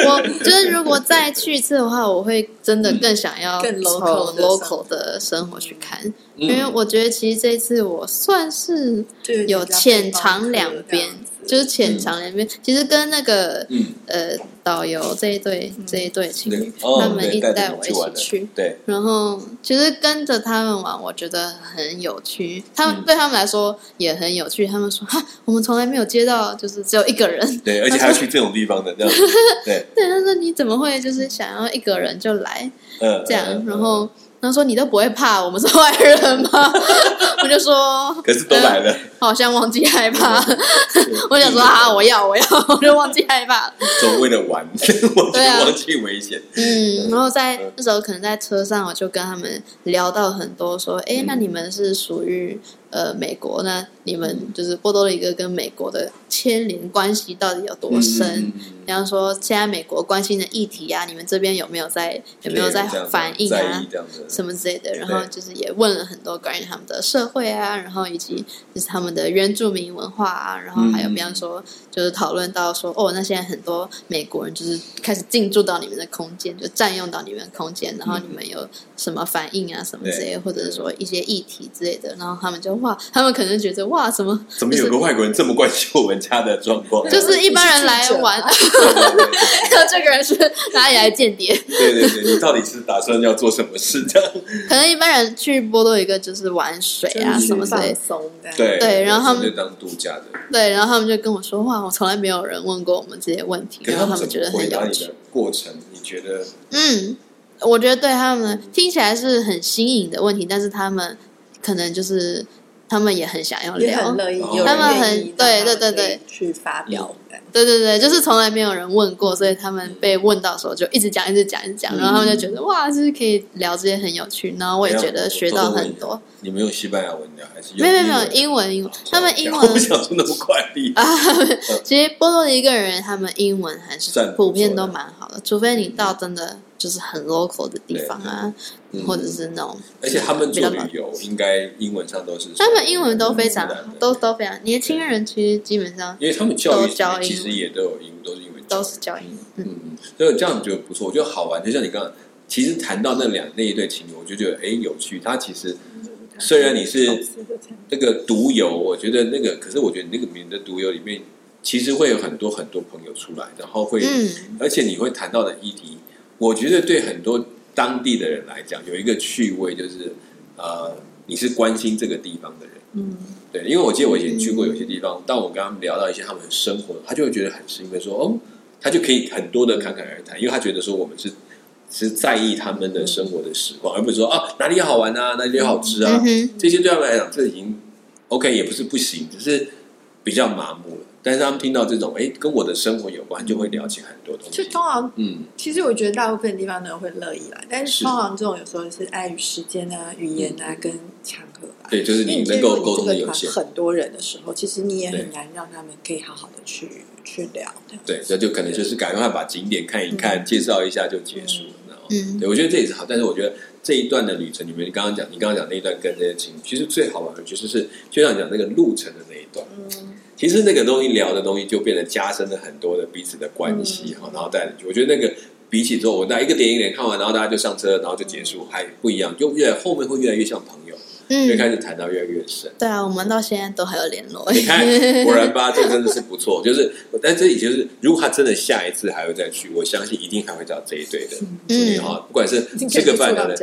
Speaker 3: 我就是如果再去一次的话，我会真的更想要
Speaker 2: 更
Speaker 3: 从
Speaker 2: local 的
Speaker 3: local 的生活去看，因为
Speaker 1: 嗯，
Speaker 3: 我觉得其实这一次我算是
Speaker 2: 对
Speaker 3: 有浅尝两边，
Speaker 2: 嗯
Speaker 3: 就是浅尝两边。其实跟那个
Speaker 1: 嗯，
Speaker 3: 呃导游这一对
Speaker 2: 嗯
Speaker 3: 这一对情
Speaker 1: 对
Speaker 3: 侣，，
Speaker 1: 哦，
Speaker 3: 他们
Speaker 1: 对
Speaker 3: 一直
Speaker 1: 带着
Speaker 3: 带
Speaker 1: 你
Speaker 3: 我一
Speaker 1: 去玩的，
Speaker 3: 起去，
Speaker 1: 对，
Speaker 3: 然后其实跟着他们玩，我觉得很有趣。他们、
Speaker 1: 嗯
Speaker 3: 对他们来说也很有趣。他们说：“哈，我们从来没有接到，就是只有一个人。 *laughs*
Speaker 1: 对，而且还要去这种地方的，这样子，对”，
Speaker 3: 对，他说：“你怎么会就是想要一个人就来
Speaker 1: 嗯，嗯
Speaker 3: 这样？”然，后他说：“你都不会怕我们是外人吗？” *laughs* 我就说
Speaker 1: 嗯可是都来了，：“
Speaker 3: 好像忘记害怕。
Speaker 1: 对”
Speaker 3: *laughs* 我想说：“啊，我要，我要，我就忘记害怕了。”
Speaker 1: 总为了玩，
Speaker 3: *laughs*
Speaker 1: 我就
Speaker 3: 对啊
Speaker 1: 忘记危险。
Speaker 3: 嗯，然后
Speaker 1: 嗯
Speaker 3: 在那时候可能在车上，我就跟他们聊到很多，说，哎、
Speaker 1: 嗯
Speaker 3: 那你们是属于呃美国呢，你们就是波多黎各跟美国的牵连关系到底有多
Speaker 1: 嗯
Speaker 3: 深？比方说，现在美国关心的议题啊，你们这边有没有在有没有在反应啊？什么之类的，然后就是也问了很多关于他们的社会啊，然后以及就是他们的原住民文化啊，然后还有比方说就是讨论到说哦，那现在很多美国人就是开始进驻到你们的空间，就占用到你们的空间，然后你们有什么反应啊，什么之类，或者是说一些议题之类的，然后他们就哇，他们可能觉得哇，怎么
Speaker 1: 怎么有个外国人这么关心我们家的状况？
Speaker 3: 就是啊一般人来玩， *laughs* 然后这个人是哪里来间谍？
Speaker 1: *laughs* 对对对，你到底是打算要做什么事？这
Speaker 3: *laughs*
Speaker 1: 样？
Speaker 3: 可能一般人去波多黎各就是玩水啊什么之类
Speaker 2: 的，
Speaker 1: 对
Speaker 3: 对，然后他们
Speaker 1: 就当度假的，
Speaker 3: 对，然后他们就跟我说哇，我从来没有人问过我们这些问题，然后
Speaker 1: 他
Speaker 3: 们觉得很有趣。
Speaker 1: 过程你觉得？
Speaker 3: 嗯，我觉得对他们听起来是很新颖的问题，但是他们可能就是他们也很想要聊，
Speaker 2: 很乐意，
Speaker 1: 哦
Speaker 3: 他们很对对对对
Speaker 2: 去发表。
Speaker 3: 对对对，就是从来没有人问过，所以他们被问到时候就一直讲，一直讲，一直讲，然后他们就觉得哇，就是可以聊这些很嗯有趣，然后我也觉得学到很多。
Speaker 1: 你们用西班牙文聊还是？
Speaker 3: 没有没有没有英文英文，他们英文
Speaker 1: 哦我不想说那么快
Speaker 3: *laughs*
Speaker 1: 递啊。
Speaker 3: 其实波多黎各人他们英文还是普遍都蛮好的，除非你到真的就是很
Speaker 1: 嗯
Speaker 3: local 的地方啊，或者是那种。
Speaker 1: 而且他们做旅游应该英文上都是。
Speaker 3: 他们英文都非常，
Speaker 1: 嗯
Speaker 3: 都都非常。年轻人其实基本上，
Speaker 1: 因为他们教育其实也都有英。
Speaker 3: 都是教英
Speaker 1: 嗯嗯，所以这样觉得不错，我觉得好玩。就像你刚刚，其实谈到那两那一对情侣，我就觉得哎有趣。他其实嗯虽然你是那个独游，我觉得那个，可是我觉得你那个你的独游里面，其实会有很多很多朋友出来，然后会，
Speaker 3: 嗯、
Speaker 1: 而且你会谈到的议题，我觉得对很多当地的人来讲，有一个趣味就是呃，你是关心这个地方的人。
Speaker 2: 嗯，
Speaker 1: 对，因为我记得我以前去过有些地方，当我跟他们聊到一些他们生活，他就会觉得很兴奋，说哦。他就可以很多的侃侃而谈，因为他觉得说我们是是在意他们的生活的实况，而不是说啊哪里好玩啊，哪里好吃啊，
Speaker 3: 嗯、
Speaker 1: 这些对他们来讲这已经 OK 也不是不行，只是比较麻木了。但是他们听到这种哎跟我的生活有关，就会聊起很多东
Speaker 2: 西。就通常
Speaker 1: 嗯，
Speaker 2: 其实我觉得大部分地方的人会乐意来，但是通常这种有时候是碍于时间啊、语言啊、嗯、跟场合吧。
Speaker 1: 对，就是你能够沟通的有限。
Speaker 2: 很多人的时候，其实你也很难让他们可以好好的去。去聊
Speaker 1: 对，这就可能就是赶快把景点看一看，介绍一下就结束了。哦
Speaker 3: 嗯，
Speaker 1: 对我觉得这也是好，但是我觉得这一段的旅程，你们刚刚讲，你刚刚讲那一段跟这些情侣，其实最好玩的其实是就像讲那个路程的那一段，
Speaker 2: 嗯，
Speaker 1: 其实那个东西聊的东西就变得加深了很多的彼此的关系哈，然后带进去。我觉得那个比起说，我在一个电影点看完，然后大家就上车，然后就结束，还不一样，就越后面会越来越像朋友。
Speaker 3: 嗯，
Speaker 1: 就开始哎谈到越来越深。
Speaker 3: 对啊，我们到现在都还有联络。
Speaker 1: 你看，果然吧，这真的是不错。就是，但这里就是，如果他真的下一次还会再去，我相信一定还会找这一对的
Speaker 3: 嗯
Speaker 1: 情侣哈，不管是吃个饭的人，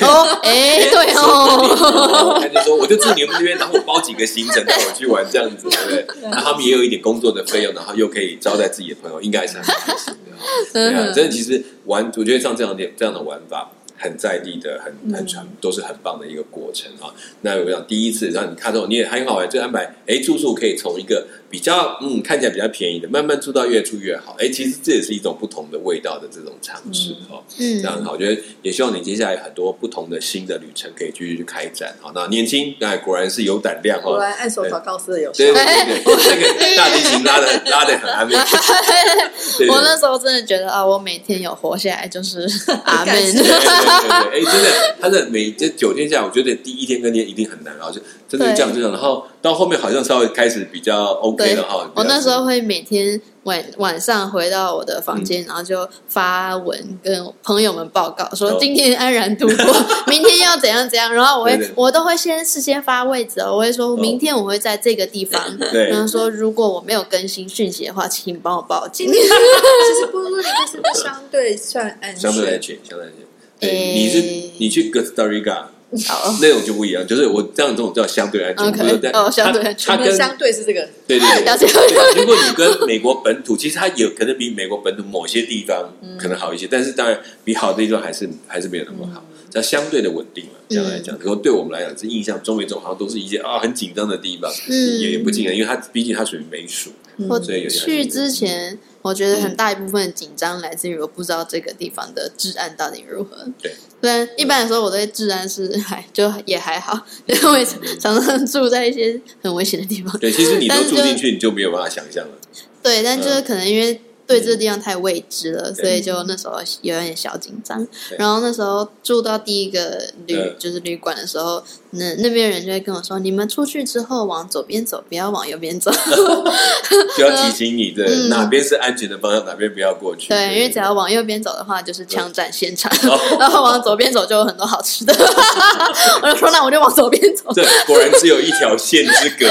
Speaker 3: 哦，哎，
Speaker 1: *laughs*
Speaker 3: 对
Speaker 1: 哦，他就说我就住你们那边，然后我包几个行程带我去玩这样子，对不对？然后他们也有一点工作的费用，然后又可以招待自己的朋友，应该是很开心的。对
Speaker 3: 嗯
Speaker 1: 啊，真的，其实玩，我觉得像这样的这样的玩法。很在地的，很很传，都是很棒的一个过程啊。那我想第一次让你看到，你也很好玩，就安排哎住宿可以从一个比较嗯看起来比较便宜的，慢慢住到越住越好。哎，其实这也是一种不同的味道的这种尝试哦，
Speaker 3: 嗯，
Speaker 1: 这样很好。我觉得也希望你接下来很多不同的新的旅程可以继续去开展。好，那年轻那果然是有胆量哦，
Speaker 2: 果然按手找告示的有，
Speaker 1: 对对对，那个大提琴拉的拉的很安慰。
Speaker 3: 我那时候真的觉得啊，我每天有活下
Speaker 1: *laughs*
Speaker 3: 来就是阿妹。
Speaker 1: 对对对，哎，真的，他的每这九天下来，我觉得第一天跟天一定很难，然后就真的这样这样，然后到后面好像稍微开始比较 OK 了哈。
Speaker 3: 我那时候会每天晚晚上回到我的房间，嗯、然后就发文跟朋友们报告说今天安然度过， *laughs* 哦、明天要怎样怎样，然后我会我都会先事先发位置、哦，我会说明天我会在这个地方，哦、然后说如果我没有更新讯息的话，请帮我报警。 *laughs*
Speaker 2: 其实波多黎各是相对算嗯安
Speaker 1: 全，相对安全，相对安全。对，你是你去 Costa Rica 那种就不一样，就是我这样这种叫相对安全，不是在
Speaker 3: 哦相对，
Speaker 1: 它跟
Speaker 2: 相对是这个
Speaker 1: 对对啊
Speaker 3: 了解。
Speaker 1: 如果你跟美国本土，其 *laughs* 实它有可
Speaker 3: 嗯嗯
Speaker 1: 能比美国本土某些地方可能好一些，但是当然比好的地方还是还是没有那么好。较相对的稳定了。这样来讲，然后对我们来讲，这印象中美洲好像都是一些啊很紧张的地方，
Speaker 3: 嗯
Speaker 1: 也也不尽然，因为它毕竟它属于美属，
Speaker 2: 嗯
Speaker 3: 我
Speaker 1: 所以嗯有点嗯
Speaker 3: 去之前，我觉得很大一部分的紧张来自于我不知道这个地方的治安到底如何。
Speaker 1: 对，
Speaker 3: 虽然一般来说我对治安是还就也还好， *laughs* 因为我也常常常
Speaker 1: 嗯
Speaker 3: 住在一些很危险的地方。
Speaker 1: 对，其实你都
Speaker 3: 但是
Speaker 1: 住进去，你就没有办法想象了。
Speaker 3: 对，但就是
Speaker 1: 嗯
Speaker 3: 可能因为对这个地方太未知了，
Speaker 1: 对
Speaker 3: 所以就那时候有点小紧张
Speaker 1: 对。
Speaker 3: 然后那时候住到第一个旅
Speaker 1: 嗯
Speaker 3: 就是旅馆的时候，那那边人就会跟我说：“你们出去之后往左边走，不要往右边走。” *laughs*
Speaker 1: 就要提醒你的、
Speaker 3: 嗯
Speaker 1: 哪边是安全的方向，哪边不要过去。哦
Speaker 3: 对，因为只要往右边走的话，就是枪战现场； *laughs* 然后往左边走就有很多好吃的。 *laughs* 我就说，那我就往左边走。
Speaker 1: 对，果然只有一条线之
Speaker 3: *laughs*
Speaker 1: 隔。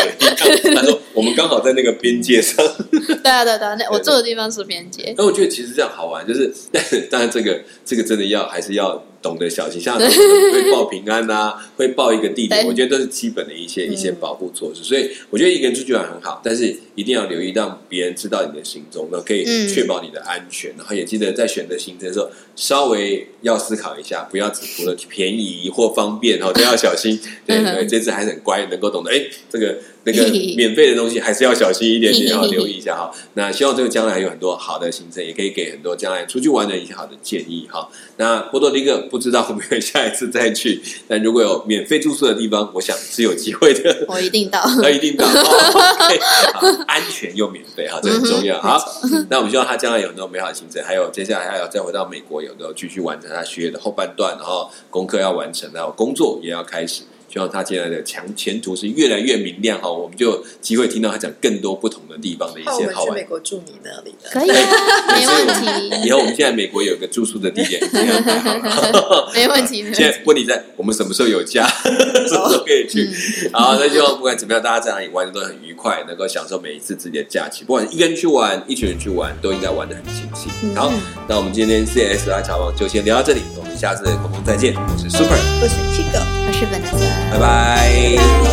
Speaker 1: 他说我们刚好在那个边界上。
Speaker 3: 对啊，对啊对啊，那我住的地方是边界。
Speaker 1: 那我觉得其实这样好玩，就是但当然这个这个真的要还是要懂得小心，像
Speaker 3: *laughs*
Speaker 1: 会报平安啊，会报一个地点，
Speaker 3: 对
Speaker 1: 我觉得都是基本的一些一些
Speaker 2: 嗯
Speaker 1: 保护措施。所以我觉得一个人出去玩很好，但是一定要留意让别人知道你的行踪，那可以
Speaker 3: 嗯
Speaker 1: 确保你的安全。然后也记得在选择行程的时候，稍微要思考一下，不要只图了便宜或方便，然后都要小心。对
Speaker 3: 嗯
Speaker 1: 对，这次还是很乖，能够懂得哎，这个那
Speaker 3: *laughs*
Speaker 1: 个免费的东西还是要小心一点点哈，留意一下哈。那希望这个将来有很多好的行程，也可以给很多将来出去玩的一些好的建议哈。那波多黎各不知道会不会下一次再去，但如果有免费住宿的地方，我想是有机会的。
Speaker 3: 我一定到。
Speaker 1: *laughs* 那一
Speaker 2: *laughs*
Speaker 1: 定到、哦 OK，好安全又免费哈，这很重要。
Speaker 3: 嗯哼
Speaker 1: 好，那我们希望他将来有很多美好的行程，还有接下来还有再回到美国，有的继续完成他学业的后半段，然后功课要完成，然后工作也要开始。希望他将来的强前途是越来越明亮哈，我们就有机会听到他讲更多不同的地方的一
Speaker 2: 那我
Speaker 1: 些
Speaker 2: 们
Speaker 1: 好
Speaker 2: 去
Speaker 1: 玩
Speaker 2: 美国住你那里的，
Speaker 3: 可以啊，没问
Speaker 1: 以
Speaker 3: 题，，
Speaker 1: 后我们现在美国有一个住宿的地
Speaker 2: *laughs*
Speaker 1: 点已经安排好了
Speaker 3: 没问 *laughs* 题，没问
Speaker 1: 现
Speaker 3: 题。
Speaker 1: 在问你在我们什么时候有假，什么时候可以去？好，那希望不管怎么样，大家在哪里玩的都很愉快，能够享受每一次自己的假期。不管一个人去玩，一群人去玩，都应该玩的很尽兴。好，那我们今天 CSR 茶房就先聊到这里，我们下次空中再见。我是 Super，
Speaker 2: 我是 Chico。
Speaker 3: 我是本 a
Speaker 1: 拜拜